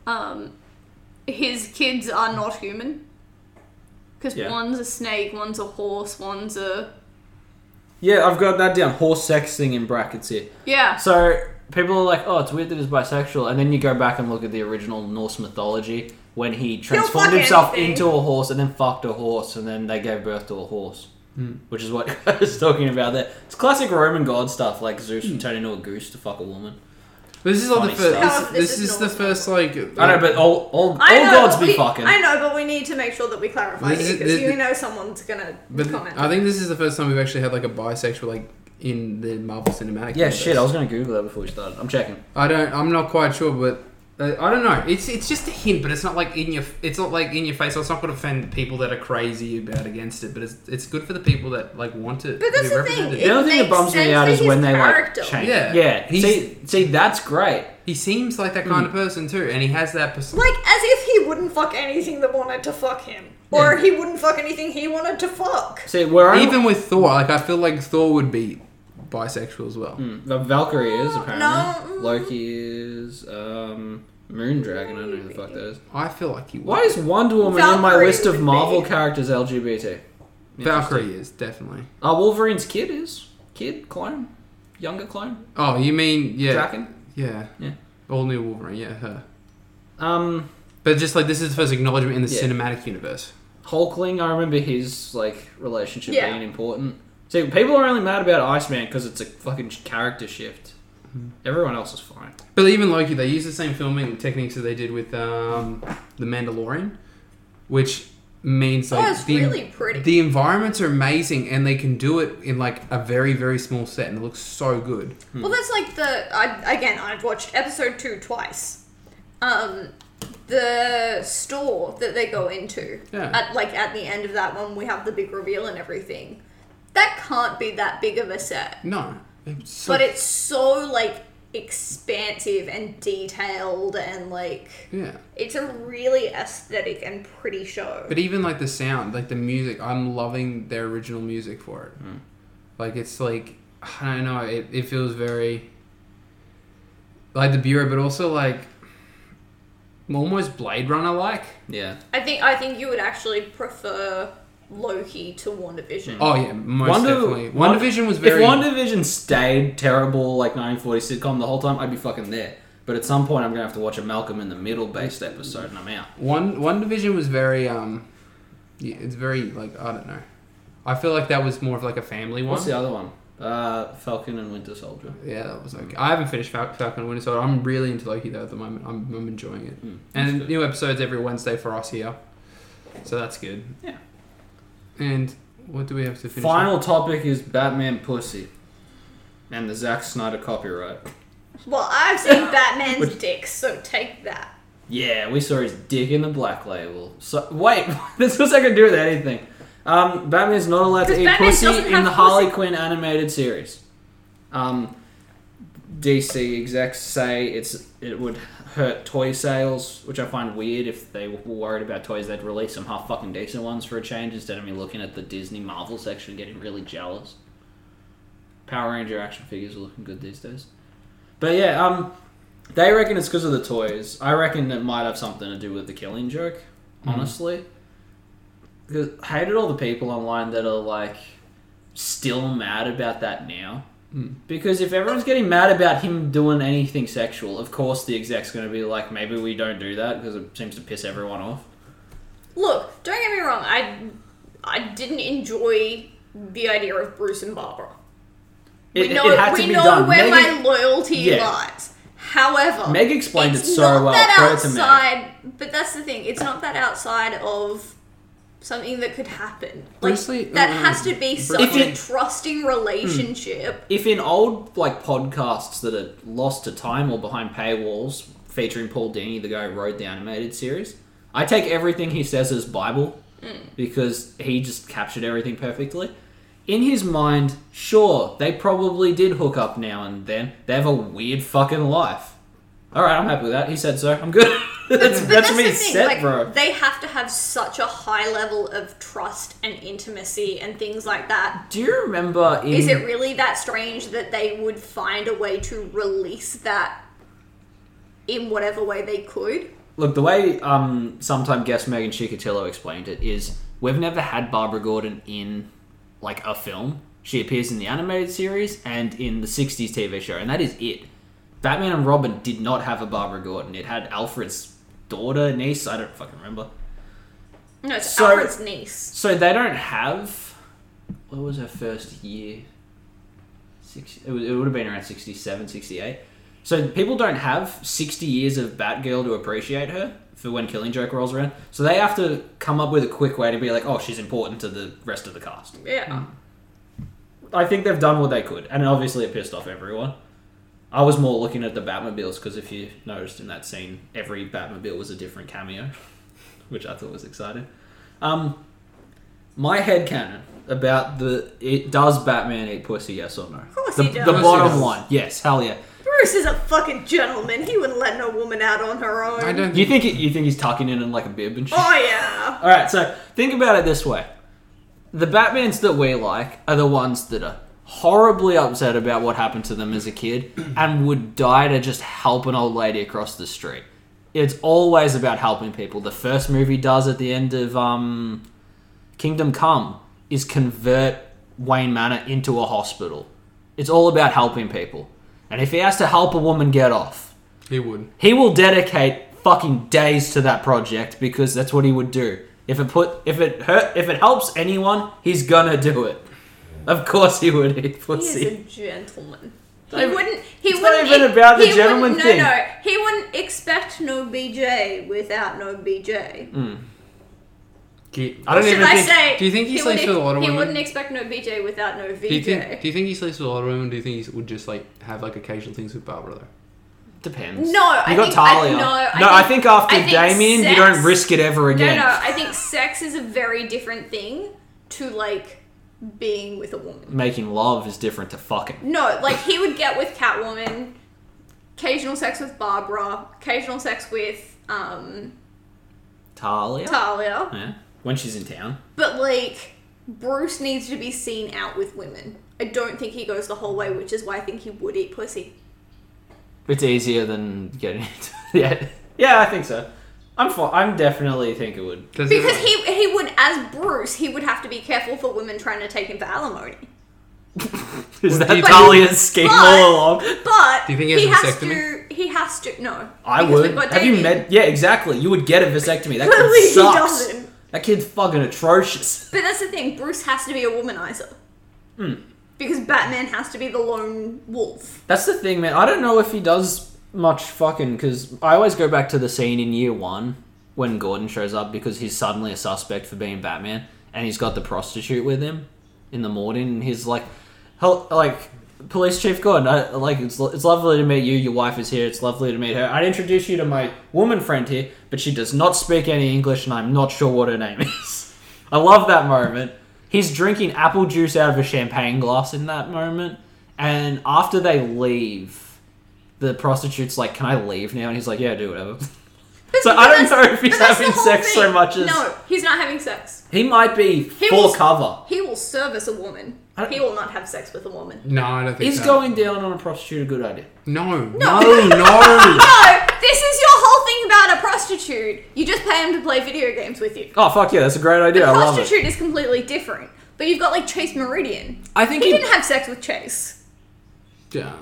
um, his kids are not human because Yeah. one's a snake, one's a horse, one's a Yeah, I've got that down. Horse sex thing in brackets here. yeah. So people are like, "Oh, it's weird that he's bisexual," and then you go back and look at the original Norse mythology when he transformed fuck himself anything. into a horse and then fucked a horse, and then they gave birth to a horse, which is what I was talking about there. It's classic Roman god stuff, like Zeus would turn into a goose to fuck a woman. This is like the Funny stuff. first. No, this This, this is is the normal. first like. I know, but all all, all I know, gods but be we- fucking. I know, but we need to make sure that we clarify This it is- because this- you know someone's gonna but comment. I think this is the uh, first time we've actually had like a bisexual like in the Marvel Cinematic. Yeah, Universe. shit. I was gonna Google that before we started. I'm checking. I don't. I'm not quite sure, but uh, I don't know. It's it's just a hint, but it's not like in your. It's not like in your face. Or it's not going to offend people that are crazy about against it. But it's it's good for the people that like want it. But to that's be the represented. thing. The It other thing that makes bums me sense out for is his when they like character. change. Yeah. yeah. He's- See, see, that's great. He seems like that kind of person too, and he has that. Pers- Hmm. like as if he wouldn't fuck anything that wanted to fuck him, or he wouldn't fuck anything he wanted to fuck. See, where I'm Even with Thor, like I feel like Thor would be bisexual as well. The Valkyrie is apparently. No. Loki is. Um, Moondragon. I don't know who the fuck that is. I feel like he would. Why is Wonder Woman on my Valkyrie list of would Marvel be. characters LGBT? Valkyrie is definitely. Uh, Wolverine's kid is kid clone, younger clone, Oh, you mean yeah, Draken. yeah, Yeah. all new Wolverine, yeah, her. Um, But just like this is the first acknowledgement in the Yeah. cinematic universe. Hulkling. I remember his like relationship Yeah. being important. See, people are only mad about Iceman because it's a fucking character shift. Mm-hmm. Everyone else is fine. But even Loki, they use the same filming techniques that they did with um, the Mandalorian, which means Oh, like it's the, really pretty. the environments are amazing and they can do it in like a very very small set and it looks so good. Well, that's like the I, again. I've watched episode two twice. Um, the store that they go into Yeah. at like at the end of that one, we have the big reveal and everything. That can't be that big of a set, No, it's so but it's so like expansive and detailed and like yeah. it's a really aesthetic and pretty show. But even like the sound, like the music, I'm loving their original music for it. Like it's like I don't know, it, it feels very like the bureau, but also like almost Blade Runner like. Yeah. I think I think you would actually prefer Loki to WandaVision. Oh yeah, most definitely. One Division was very. If One Division stayed terrible, like 1940 sitcom the whole time, I'd be fucking there. But at some point, I'm gonna have to watch a Malcolm in the Middle based episode, and I'm out. One One Division was very um, yeah, it's very like I don't know. I feel like that was more of like a family one. What's the other one? Uh, Falcon and Winter Soldier. Yeah, that was okay. I haven't finished Fal- Falcon and Winter Soldier. I'm really into Loki though at the moment. I'm, I'm enjoying Hmm, it. and good. new episodes every Wednesday for us here, so that's good. Yeah. And what do we have to finish? Final topic is Batman pussy, and the Zack Snyder copyright. Well, I've seen Batman's dick, so take that. Yeah, we saw his dick in the black label. So wait, this was I can do with anything. Um, Batman's not allowed to Because eat Batman pussy doesn't in the have Harley pussy. Quinn animated series. Um, DC execs say it's it would hurt toy sales, which I find weird. If they were worried about toys, they'd release some half fucking decent ones for a change instead of me looking at the Disney Marvel section and getting really jealous. Power Ranger action figures are looking good these days. But yeah, um, they reckon it's because of the toys. I reckon it might have something to do with the Killing Joke, honestly. Because I hated all the people online that are like still mad about that now. Because if everyone's getting mad about him doing anything sexual, of course the exec's going to be like, maybe we don't do that because it seems to piss everyone off. Look, don't get me wrong. I I didn't enjoy the idea of Bruce and Barbara. It, we know, it had to we be know done. where my Meg, loyalty Yeah. lies. However, Meg explained it's it so not well. that Credit to Meg. outside, but that's the thing. It's not that outside of something that could happen. Like Bruce Lee- that uh, has to be Bruce such Lee- a trusting Hmm. relationship. If in old like podcasts that are lost to time or behind paywalls, featuring Paul Dini, the guy who wrote the animated series, I take everything he says as Bible Mm. because he just captured everything perfectly. In his mind, sure, they probably did hook up now and then. They have a weird fucking life. All right, I'm happy with that. He said so. I'm good. that's But that's, me the thing, set, like, bro. They have to have such a high level of trust and intimacy and things like that. Do you remember? In, Is it really that strange that they would find a way to release that in whatever way they could? Look, the way um, sometime guest Megan Chicatillo explained it is we've never had Barbara Gordon in like a film. She appears in the animated series and in the 60s TV show, and that is it. Batman and Robin did not have a Barbara Gordon. It had Alfred's daughter, niece, I don't fucking remember. No, it's So- Alfred's niece. So they don't have. What was her first year? Six, it, was, it would have been around 67, 68. So people don't have 60 years of Batgirl to appreciate her for when Killing Joke rolls around. So they have to come up with a quick way to be like, oh, she's important to the rest of the cast. Yeah. I think they've done what they could, and obviously it pissed off everyone. I was more looking at the Batmobiles because if you noticed in that scene, every Batmobile was a different cameo, which I thought was exciting. Um, my headcanon about the it does Batman eat pussy? Yes or no? Of course the, he does. The Of course he bottom does. line, yes, hell yeah. Bruce is a fucking gentleman. He wouldn't let no woman out on her own. I don't. You think he- you think he's tucking in in like a bib and shit? Oh yeah. All right, so think about it this way: the Batmans that we like are the ones that are horribly upset about what happened to them as a kid and would die to just help an old lady across the street. It's always about helping people. The first movie does at the end of um, Kingdom Come is convert Wayne Manor into a hospital. It's all about helping people. And if he has to help a woman get off, he would. he will dedicate fucking days to that project because that's what he would do. If it put if it hurt if it helps anyone, he's gonna do it. Of course he would eat He is pussy. a gentleman. Not He even- wouldn't. He it's not wouldn't. even e- about the he wouldn't- gentleman thing. No, no. He wouldn't expect no BJ without no BJ. Get, Mm. I don't Should even I think say? do you think he sleeps wouldn't- with a lot of He women? wouldn't e- expect no BJ without no VJ. do you think? Do you think he sleeps with a lot of women? Do you think he would just like have like occasional things with Barbara though? depends. no, You I got think, Talia. I, no, I no, think, I think after I think Damien, sex- you don't risk it ever No, again. no. I think sex is a very different thing to like being with a woman. Making love is different to fucking. No, like he would get with Catwoman, occasional sex with Barbara, occasional sex with um Talia. Talia. yeah. When she's in town. But like, Bruce needs to be seen out with women. I don't think he goes the whole way, which is why I think he would eat pussy. It's easier than getting into Yeah. Yeah, I think so. I'm for, I'm definitely think it would. Does he- Because he he would, as Bruce, he would have to be careful for women trying to take him for alimony. Is Well, that do you- Talia's scheme all along? But Do you think he has a has vasectomy? to. He has to. No, I because would. we've got Have you Damien. met? Yeah, exactly. You would get a vasectomy. That Clearly kid he sucks. doesn't. That kid's fucking atrocious. But that's the thing. Bruce has to be a womanizer. Hmm. Because Batman has to be the lone wolf. That's the thing, man. I don't know if he does much fucking because I always go back to the scene in year one when Gordon shows up because he's suddenly a suspect for being Batman and he's got the prostitute with him in the morning and he's like, "Hel- like." Police Chief Gordon, I, like it's, lo- it's lovely to meet you. Your wife is here. It's lovely to meet her. I'd introduce you to my woman friend here, but she does not speak any English, and I'm not sure what her name is. I love that moment. He's drinking apple juice out of a champagne glass in that moment. And after they leave, the prostitute's like, Can I leave now? And he's like, Yeah, do whatever. So I don't know if he's But that's the having whole sex so thing. much as- No, he's not having sex. He might be He full was- cover. He will service a woman. I don't- He will not have sex with a woman. no, I don't think Is so. going down on a prostitute a good idea? No, No. no, no. Oh, No, this is your whole thing about a prostitute. You just pay him to play video games with you. Oh, fuck yeah, that's a great The idea. I love it. prostitute is completely different. But you've got like Chase Meridian. I think He he, didn't have sex with Chase. Yeah.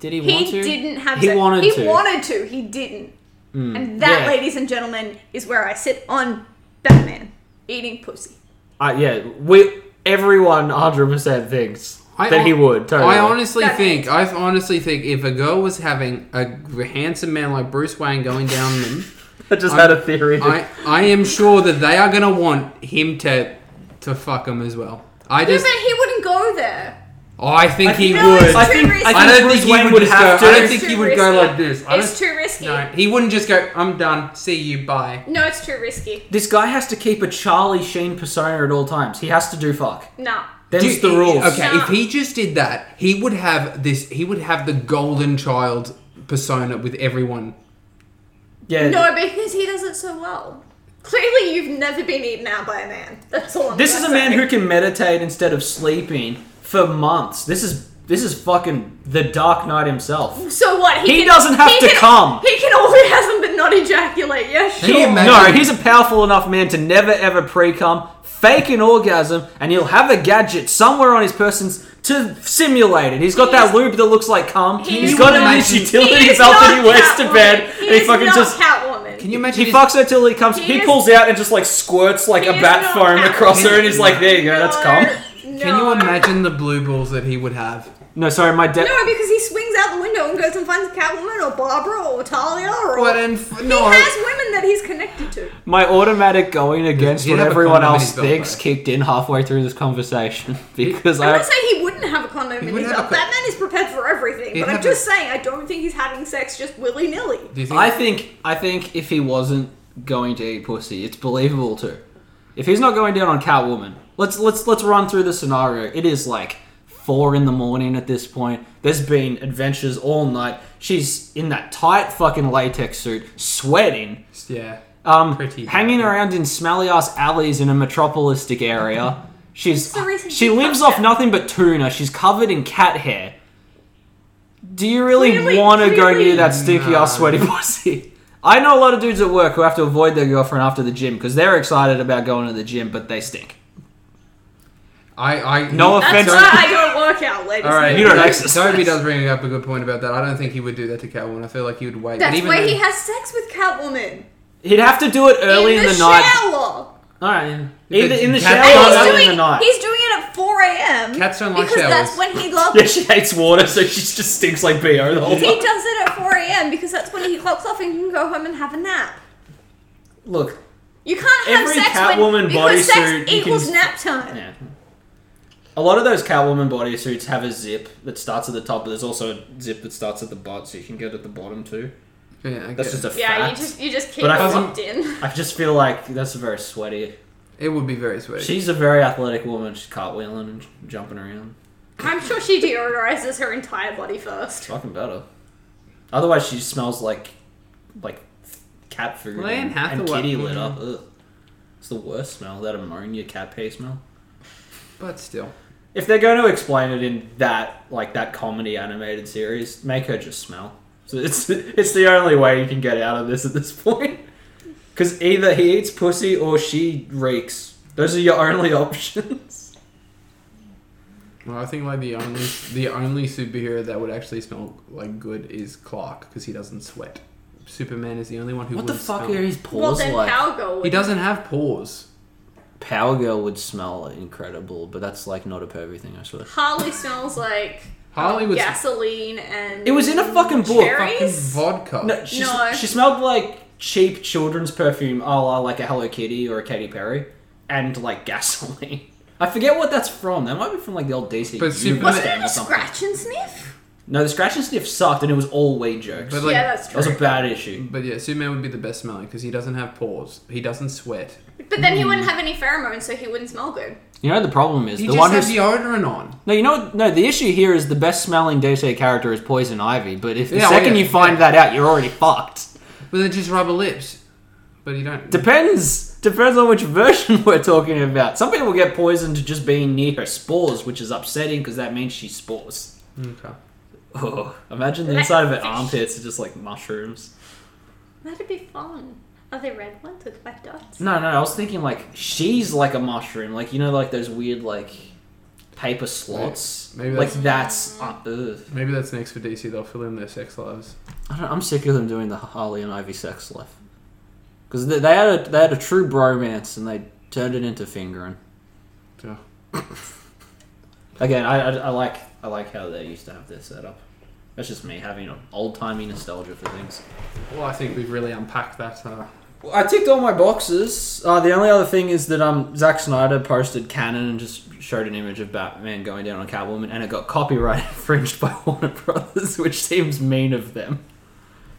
did he want He to? didn't have He sex. wanted he to. Mm. wanted to. He didn't. And that, yeah. ladies and gentlemen, is where I sit on Batman eating pussy. Uh, yeah, we everyone 100% thinks I that hon- he would. Totally. I honestly That- think I honestly think if a girl was having a g- handsome man like Bruce Wayne going down them, I just I'm- had a theory. that- I I am sure that they are gonna want him to to fuck him as well. I Yeah, just but he wouldn't go there. Oh, I think I he think- No, would. it's I too think, risky. I think I don't Bruce think he Wayne would would just have go- to. I don't think It's he too would go risky. like this. I It's too risky. No, No. he wouldn't just go. I'm done. See you. Bye. it's too risky. This guy has to keep a Charlie Sheen persona at all times. He has to do fuck. Nah. Them's Do- the rules. Okay, No. if he just did that, he would have this. He would have the golden child persona with everyone. Yeah. No, because he does it so well. Clearly, you've never been eaten out by a man. That's all. I'm This is gonna a man say. who can meditate instead of sleeping for months. This is this is fucking the Dark Knight himself. So what? He doesn't have to can, come. He can orgasm but not ejaculate. Yeah, you sure. imagine- No, he's a powerful enough man to never ever pre-cum, fake an orgasm, and he'll have a gadget somewhere on his persons to simulate it. He's got that He's- lube that looks like cum. He he's is got not- it in his He utility is belt that not he wears to Catwoman. bed, He and he is fucking not just Catwoman. Can you imagine? he his- fucks her till he comes. He He, is- pulls out and just like squirts like He a is bat not foam Catwoman. across her, and he's like, "There you go, that's cum." No. Can you imagine the blue balls that he would have? No, sorry, my dad. No, because he swings out the window and goes and finds Catwoman or Barbara or Talia or. What and f- he no, has women that he's connected to. My automatic going against He'd what have a everyone condom in else his belt, thinks though. kicked in halfway through this conversation because I'm I. not saying he wouldn't have a condom in would his have a belt. con- That man is prepared for everything. He'd But I'm have a- just saying, I don't think he's having sex just willy nilly. do you think? I think I think if he wasn't going to eat pussy, it's believable too. If he's not going down on Catwoman, let's let's let's run through the scenario. It is like four in the morning at this point. There's been adventures all night. She's in that tight fucking latex suit, sweating, yeah. um, Pretty hanging bad. around in smelly ass alleys in a metropolistic area. She's That's the reason she she lives fucked off him. nothing but tuna. She's covered in cat hair. Do you really Clearly- want to go clearly- near that stinky No. ass sweaty pussy? I know a lot of dudes at work who have to avoid their girlfriend after the gym because they're excited about going to the gym, but they stink. I, I No That's offense. why I don't work out, ladies. All right, You don't Toby- exercise. Toby does bring up a good point about that. I don't think he would do that to Catwoman. I feel like he would wait. That's but even why then- he has sex with Catwoman. He'd have to do it early in the, night. shower. All right, either in the Cat- shower Oh, that was And he's or early doing, in the night. he's doing it at 4 a.m. Cats don't like Because that's showers. when he loves. Yeah, she hates water, so she just stinks like bo the whole He time. does it at 4 a.m. because that's when he clocks off and can go home and have a nap. Look, You can't have Every sex Catwoman when, because bodysuit, sex you equals can- nap time. Yeah. A lot of those Catwoman bodysuits have a zip that starts at the top, but there's also a zip that starts at the butt, so you can get at the bottom too. Yeah, I That's guess. just a Yeah, you fact. just you just keep But I it wasn't- locked in. I just feel like that's very sweaty. it would be very sweet. She's a very athletic woman. She's cartwheeling and jumping around. I'm sure she deodorizes her entire body first. Fucking better. Otherwise, she smells like like cat food Well, Anne and, and Hathaway- mm. kitty litter. Ugh. It's the worst smell. That ammonia cat pee smell. but still. If they're going to explain it in that like that comedy animated series, make her just smell. So it's it's the only way you can get out of this at this point. Because either he eats pussy or she reeks. Those are your only options. Well, I think like the only the only superhero that would actually smell like good is Clark because he doesn't sweat. Superman is the only one who. What the would fuck smell. are his well, paws then like? Power Girl would. He doesn't have paws. Power Girl would smell incredible, but that's like not a pervy thing, I swear. Harley smells like Harley was gasoline and It was in a fucking book. fucking Cherries? vodka. No, she, No. she smelled like cheap children's perfume, a la like a Hello Kitty or a Katy Perry, and like gasoline. I forget what that's from. That might be from like the old DC. But Universe Superman- Wasn't game it or a something. scratch and sniff? No, the scratch and sniff sucked, and it was all weed jokes. But, like- yeah, that's that true. was a bad issue. But yeah, Superman would be the best smelling because he doesn't have paws. He doesn't sweat. But then Hmm. he wouldn't have any pheromones, so he wouldn't smell good. You know the problem is He the just one has who's deodorant on. no. You know what- no. The issue here is the best smelling DC character is Poison Ivy. But if the Yeah, oh, second yeah, you find that out, you're already fucked. But they're just rubber lips. But you don't. Depends. Depends on which version we're talking about. Some people get poisoned just being near her spores, which is upsetting because that means she spores. okay. Oh, imagine the Like inside of her fish. armpits are just like mushrooms. That'd be fun. Are they red ones with black dots? No, no, I was thinking like she's like a mushroom, like you know, like those weird like paper slots. Maybe- maybe like that's- that's. uh, ugh. Maybe that's next for DC. They'll fill in their sex lives. I don't, I'm sick of them doing the Harley and Ivy sex life because they, they had a they had a true bromance and they turned it into fingering. So. Again, I, I, I like I like how they used to have this set up. That's just me having an old timey nostalgia for things. Well, I think we've really unpacked that. Uh, I ticked all my boxes. Uh, the only other thing is that um, Zack Snyder posted canon and just showed an image of Batman going down on Catwoman, and it got copyright infringed by Warner Brothers, which seems mean of them.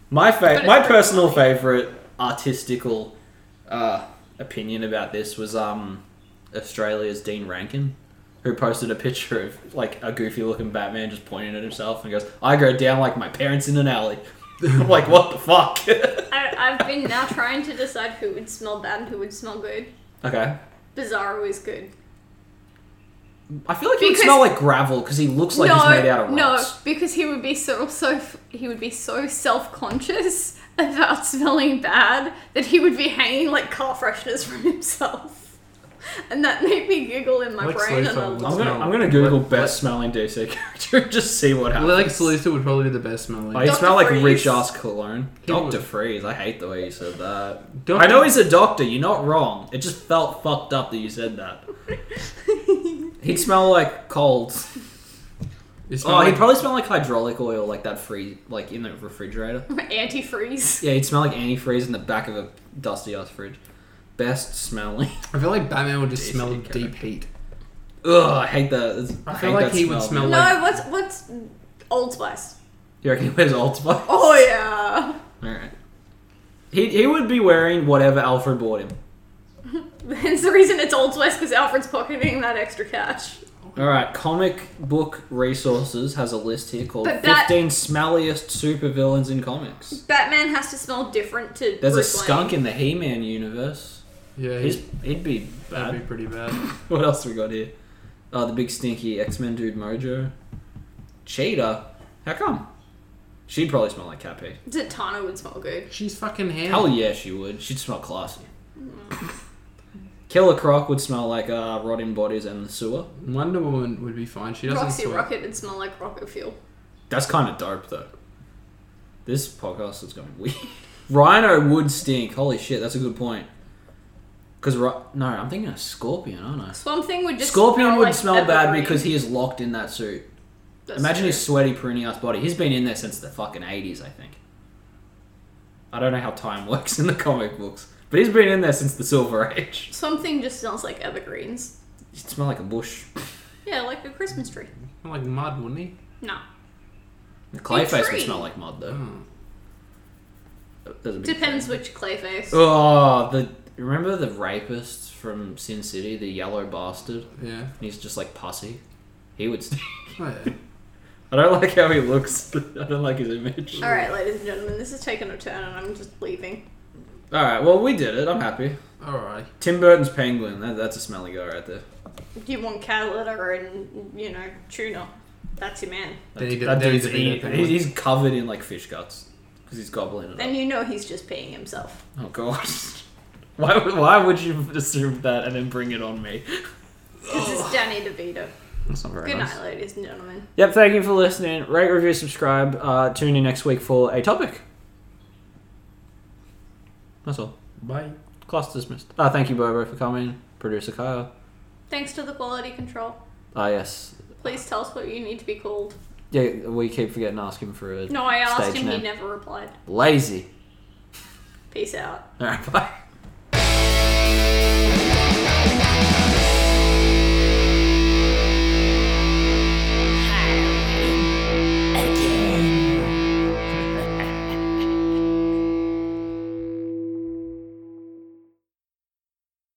My fa- my personal favorite artistical uh, opinion about this was um, Australia's Dean Rankin, who posted a picture of like a goofy looking Batman just pointing at himself and goes, "I go down like my parents in an alley." I'm like, what the fuck? I, I've been now trying to decide who would smell bad and who would smell good. okay. Bizarro is good. I feel like he would Because- smell like gravel because he looks like he's made out of no, rocks. because he would be so so he would be so self conscious about smelling bad that he would be hanging like car fresheners from himself, and that made me giggle in my Lex brain. Luthor And I'm would like, I'm gonna, smell- I'm gonna Google Let- best smelling DC character and just see what happens. Lex Luthor would probably be the best smelling. Oh, he Dr. smell like Freeze. rich ass cologne. He Doctor would. Freeze. I hate the way you said that. Doctor- I know he's a doctor. You're not wrong. It just felt fucked up that you said that. he'd smell like cold. He Oh, he'd like, probably smell like hydraulic oil, like that free, like in the refrigerator. antifreeze. Yeah, he'd smell like antifreeze in the back of a dusty ass fridge. Best smelling. I feel like Batman would just Decent smell character. deep heat. Ugh, I hate that. I, I feel feel hate like that he smell. would smell- No, what's what's Old Spice? You reckon he wears Old Spice? Oh yeah, All right. He he would be wearing whatever Alfred bought him. hence the reason it's Old Spice because Alfred's pocketing that extra cash. All right. Comic book resources has a list here called But that- 15 smelliest supervillains in comics. Batman has to smell different to. There's a Bruce Wayne. skunk in the He-Man universe. Yeah, He's, he'd- he'd be that'd bad. be pretty bad. What else we got here? Oh, the big stinky X-Men dude Mojo. Cheetah. How come? She'd probably smell like cat pee. Zatanna would smell good. She's fucking handy. Hell yeah, she would. She'd smell classy. Killer Croc would smell like uh, rotting bodies and the sewer. Wonder Woman would be fine. She doesn't Roxy sweat. Rocket would smell like rocket fuel. That's kind of dope, though. This podcast is going weird. Rhino would stink. Holy shit, that's a good point. Because, ri- no, I'm thinking of Scorpion, aren't I? Swamp Thing would just Scorpion smell would like smell bad evergreen. because he is locked in that suit. That's Imagine true. his sweaty, pruny ass body. He's been in there since the fucking 80s, I think. I don't know how time works in the comic books, but he's been in there since the Silver Age. Swamp Thing just smells like evergreens. He'd smell like a bush. Yeah, like a Christmas tree. Like mud, wouldn't he? No, Clayface would tree. smell like mud, though. Mm. There's a big depends which Clayface. Oh, the remember the rapist from Sin City, the yellow bastard? Yeah. He's just like pussy. He would. St- Oh, yeah. I don't like how he looks. I don't like his image. All right, ladies and gentlemen, this is taking a turn, and I'm just leaving. All right. Well, we did it. I'm happy. Alright. Tim Burton's penguin. That, that's a smelly guy right there. Do you want cat litter and you know tuna? That's your man. That, Then he did- that then he dude's did eat- that he's, penguin. he's covered in like fish guts because he's gobbling it up. Then you know he's just peeing himself. Oh god. Why, would- why would you assume that and then bring it on me? Because Oh. it's Danny DeVito. That's not very Good nice. night, ladies and gentlemen. Yep, thank you for listening. Rate, review, subscribe. Uh, tune in next week for a topic. That's all. Bye. Class dismissed. Uh, thank you, Bobo, for coming. Producer Kyle. Thanks to the quality control. Ah, yes. Please tell us what you need to be called. Yeah, we keep forgetting to ask him for a No, I asked stage him. He name. never replied. Lazy. Peace out. All right, bye.